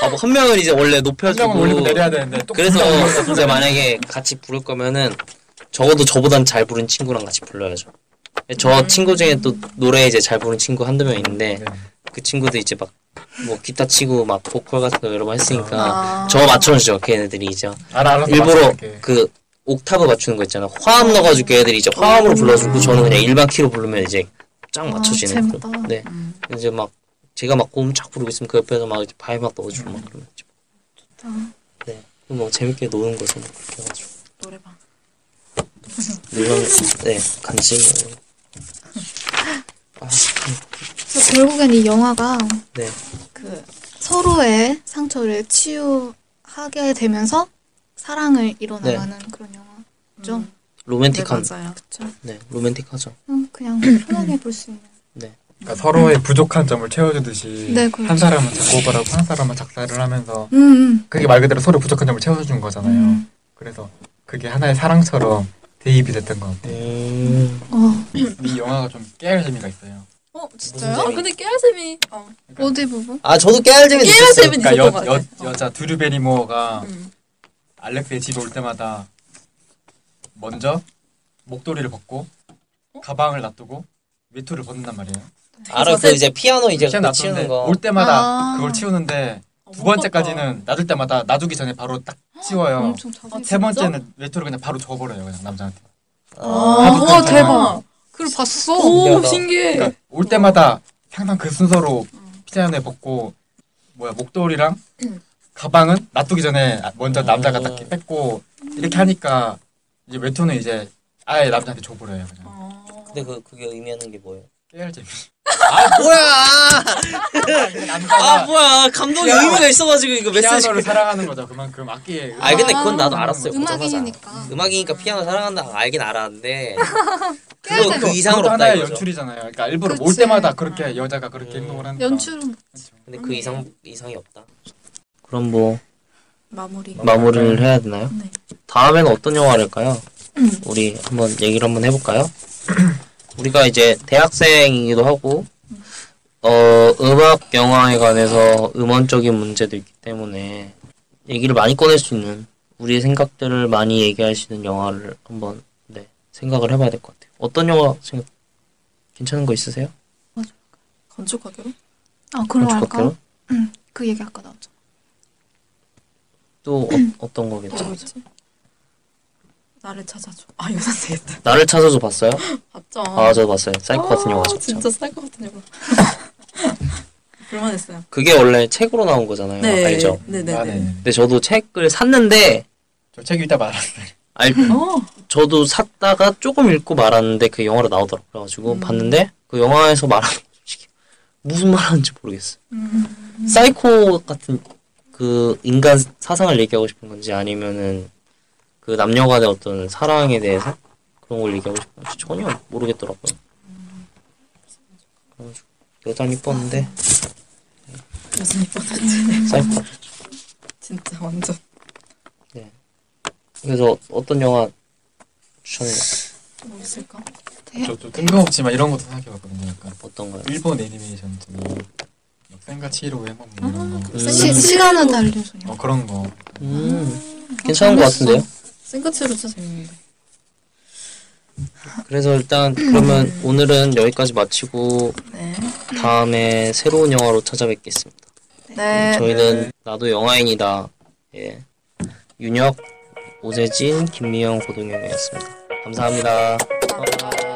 S3: 아, 뭐한 명은 이제 원래
S6: 한 명은
S3: 높여주고
S6: 올리고 내려야 되는데 또
S3: 그래서
S6: 둘다 올리고 내려야
S3: 이제 만약에 같이 부를 거면은 적어도 저보단 잘 부른 친구랑 같이 불러야죠. 저
S6: 음.
S3: 친구 중에 또 노래 이제 잘 부른 친구 한두 명 있는데
S6: 되는데.
S3: 그 친구도 이제 막 뭐 기타 치고 막 보컬 같은 거 여러 번
S6: 아.
S3: 했으니까 저 맞춰주죠 걔네들이 이제
S6: 알아 알아서
S3: 일부러
S6: 맞춰줄게.
S3: 그 옥타브 맞추는 거 있잖아 화음 넣어가지고 걔네들이 이제 화음으로 불러주고 저는 그냥 일반 키로 부르면 이제 쫙 맞춰지는
S4: 재밌다.
S3: 그런- 네 이제 막 제가 막 고음 쫙 부르고 있으면 그 옆에서 막 이제 바위 막 넣어주고 막 그러면 이제 뭐 네뭐 재밌게 노는 거죠 뭐 그렇게 해가지고
S5: 노래방.
S3: 물론 네 간식
S4: 그래서 결국엔 이 영화가
S3: 네
S4: 그 서로의 상처를 치유하게 되면서 사랑을 이뤄나가는 그런 영화죠.
S5: 네
S3: 로맨틱한
S5: 맞아요.
S4: 그쵸?
S3: 네 로맨틱하죠
S4: 음, 그냥 편하게 볼 수 있는.
S6: 그러니까 서로의 부족한 점을 채워주듯이
S4: 네, 그렇죠.
S6: 한 사람은 작곡을 하고 한 사람은 작사를 하면서
S4: 음, 음.
S6: 그게 말 그대로 서로 부족한 점을 채워준 거잖아요. 그래서 그게 하나의 사랑처럼 대입이 됐던 것 같아요.
S3: 음
S4: 어.
S6: 근데 이 영화가 좀 깨알 재미가 있어요.
S5: 어 진짜요? 아 근데 깨알 쌤이 어
S4: 어디 부분?
S3: 아 저도 깨알 재미
S5: 깨알
S3: 있었어요
S5: 쌤은
S6: 그러니까
S5: 있었던
S6: 여,
S5: 것
S6: 여,
S5: 같아.
S6: 여자 드류 베리모어가
S5: 음.
S6: 알렉스의 집에 올 때마다 먼저 목도리를 벗고
S5: 어?
S6: 가방을 놔두고 외투를 벗는단 말이에요.
S3: 알아 그 이제 피아노 이제
S6: 그냥
S3: 그 치는
S6: 놔두는데
S3: 거
S6: 올 때마다
S4: 아.
S6: 그걸 치우는데
S5: 어,
S6: 두 번째까지는 놔둘 때마다 놔두기 전에 바로 딱 치워요.
S4: 엄청 자세히.
S6: 세 번째는 외투를 그냥 바로 줘버려요 그냥 남자한테.
S5: 아,
S6: 아,
S5: 와 대박. 그걸 봤어? 오
S3: 신기하다.
S5: 신기해.
S6: 그러니까 올 때마다 항상 그 순서로 피자연에 벗고 뭐야 목도리랑 가방은 놔두기 전에 먼저 남자가 딱 이렇게 뺏고 이렇게 하니까 이제 외투는 이제 아예 남자한테 줘버려요 그냥
S5: 어.
S3: 근데 그 그게 의미하는 게 뭐예요?
S6: 깨알 재미.
S3: 아 뭐야! 아
S6: 남자가
S3: 뭐야! 감독이 의미가 있어가지고 이거 메시지를.
S6: 피아노를 사랑하는 거죠 그만큼 악기에.
S3: 아 근데 그건 나도 알았어요. 고정하자.
S4: 네. 음악이니까.
S3: 음악이니까 피아노 사랑한다 알긴 알았는데
S4: 깨알
S3: 그거
S4: 재미.
S3: 그 이상은
S6: 그것도
S3: 없다
S6: 하나의
S3: 이거죠.
S6: 연출이잖아요. 그러니까 일부러 올
S4: 그치.
S6: 때마다 그렇게 여자가 그렇게
S3: 음.
S6: 행동을 하니까.
S4: 연출은
S3: 근데 그 이상 이상이 없다. 그럼 뭐
S5: 마무리.
S6: 음.
S3: 마무리를 해야 되나요?
S5: 네. 음.
S3: 다음에는 어떤 영화랄까요? 우리 한번 얘기를 한번 해볼까요? 우리가 이제 대학생이기도 하고 어, 음악 영화에 관해서 음원적인 문제도 있기 때문에 얘기를 많이 꺼낼 수 있는 우리의 생각들을 많이 얘기할 수 있는 영화를 한번 네, 생각을 해봐야 될 것 같아요. 어떤 영화 생각 괜찮은 거 있으세요?
S5: 건축학교?
S4: 아 그럼 할까?
S3: 건축학교로?
S4: 그 얘기 아까 나왔죠.
S3: 또 어, 떤 거겠죠?
S5: 뭐였지? 나를 찾아줘. 아 이거 사도 되겠다.
S3: 나를 찾아서 봤어요?
S5: 봤죠.
S3: 아, 저도 봤어요. 사이코 같은
S5: 아,
S3: 영화 봤죠.
S5: 진짜 사이코 같은 영화. 볼만했어요.
S3: 그게 원래 책으로 나온 거잖아요. 알죠?
S5: 네네네.
S6: 아, 네네.
S3: 근데 저도 책을 샀는데
S6: 저책 읽다 말았어요.
S3: 알,
S5: 어.
S3: 저도 샀다가 조금 읽고 말았는데 그 영화로 나오더라고요. 그래가지고
S5: 음.
S3: 봤는데 그 영화에서 말하는 게 솔직히 무슨 말하는지 모르겠어요.
S4: 음.
S3: 사이코 같은 그 인간 사상을 얘기하고 싶은 건지 아니면은 그 남녀 간의 어떤 사랑에 대해서 그런 걸 얘기하고 싶은 건지 전혀 모르겠더라고요. 그래가지고 여전히 뻔한데
S5: 무슨 이뻤는지.
S3: 사이코
S5: 진짜 완전.
S3: 그래서 어떤 영화 추천해요?
S5: 뭐 있을까?
S4: 대
S6: 저좀 뜬금없지만 이런 것도 생각해봤거든요. 약간
S3: 어떤 거요?
S6: 일본 애니메이션 중에 역생과 치히로 해먹는 이런 거.
S3: 음.
S4: 시, 시간은 달려요.
S6: 어 그런 거.
S3: 음, 괜찮은 것 같은데요?
S5: 생크치로 진짜 재밌는데.
S3: 그래서 일단 그러면 오늘은 여기까지 마치고
S5: 음. 네.
S3: 다음에 새로운 영화로 찾아뵙겠습니다.
S5: 네.
S3: 음, 저희는 나도 영화인이다. 예. 윤혁, 오재진, 김미영, 고동영이었습니다. 감사합니다.
S5: 감사합니다.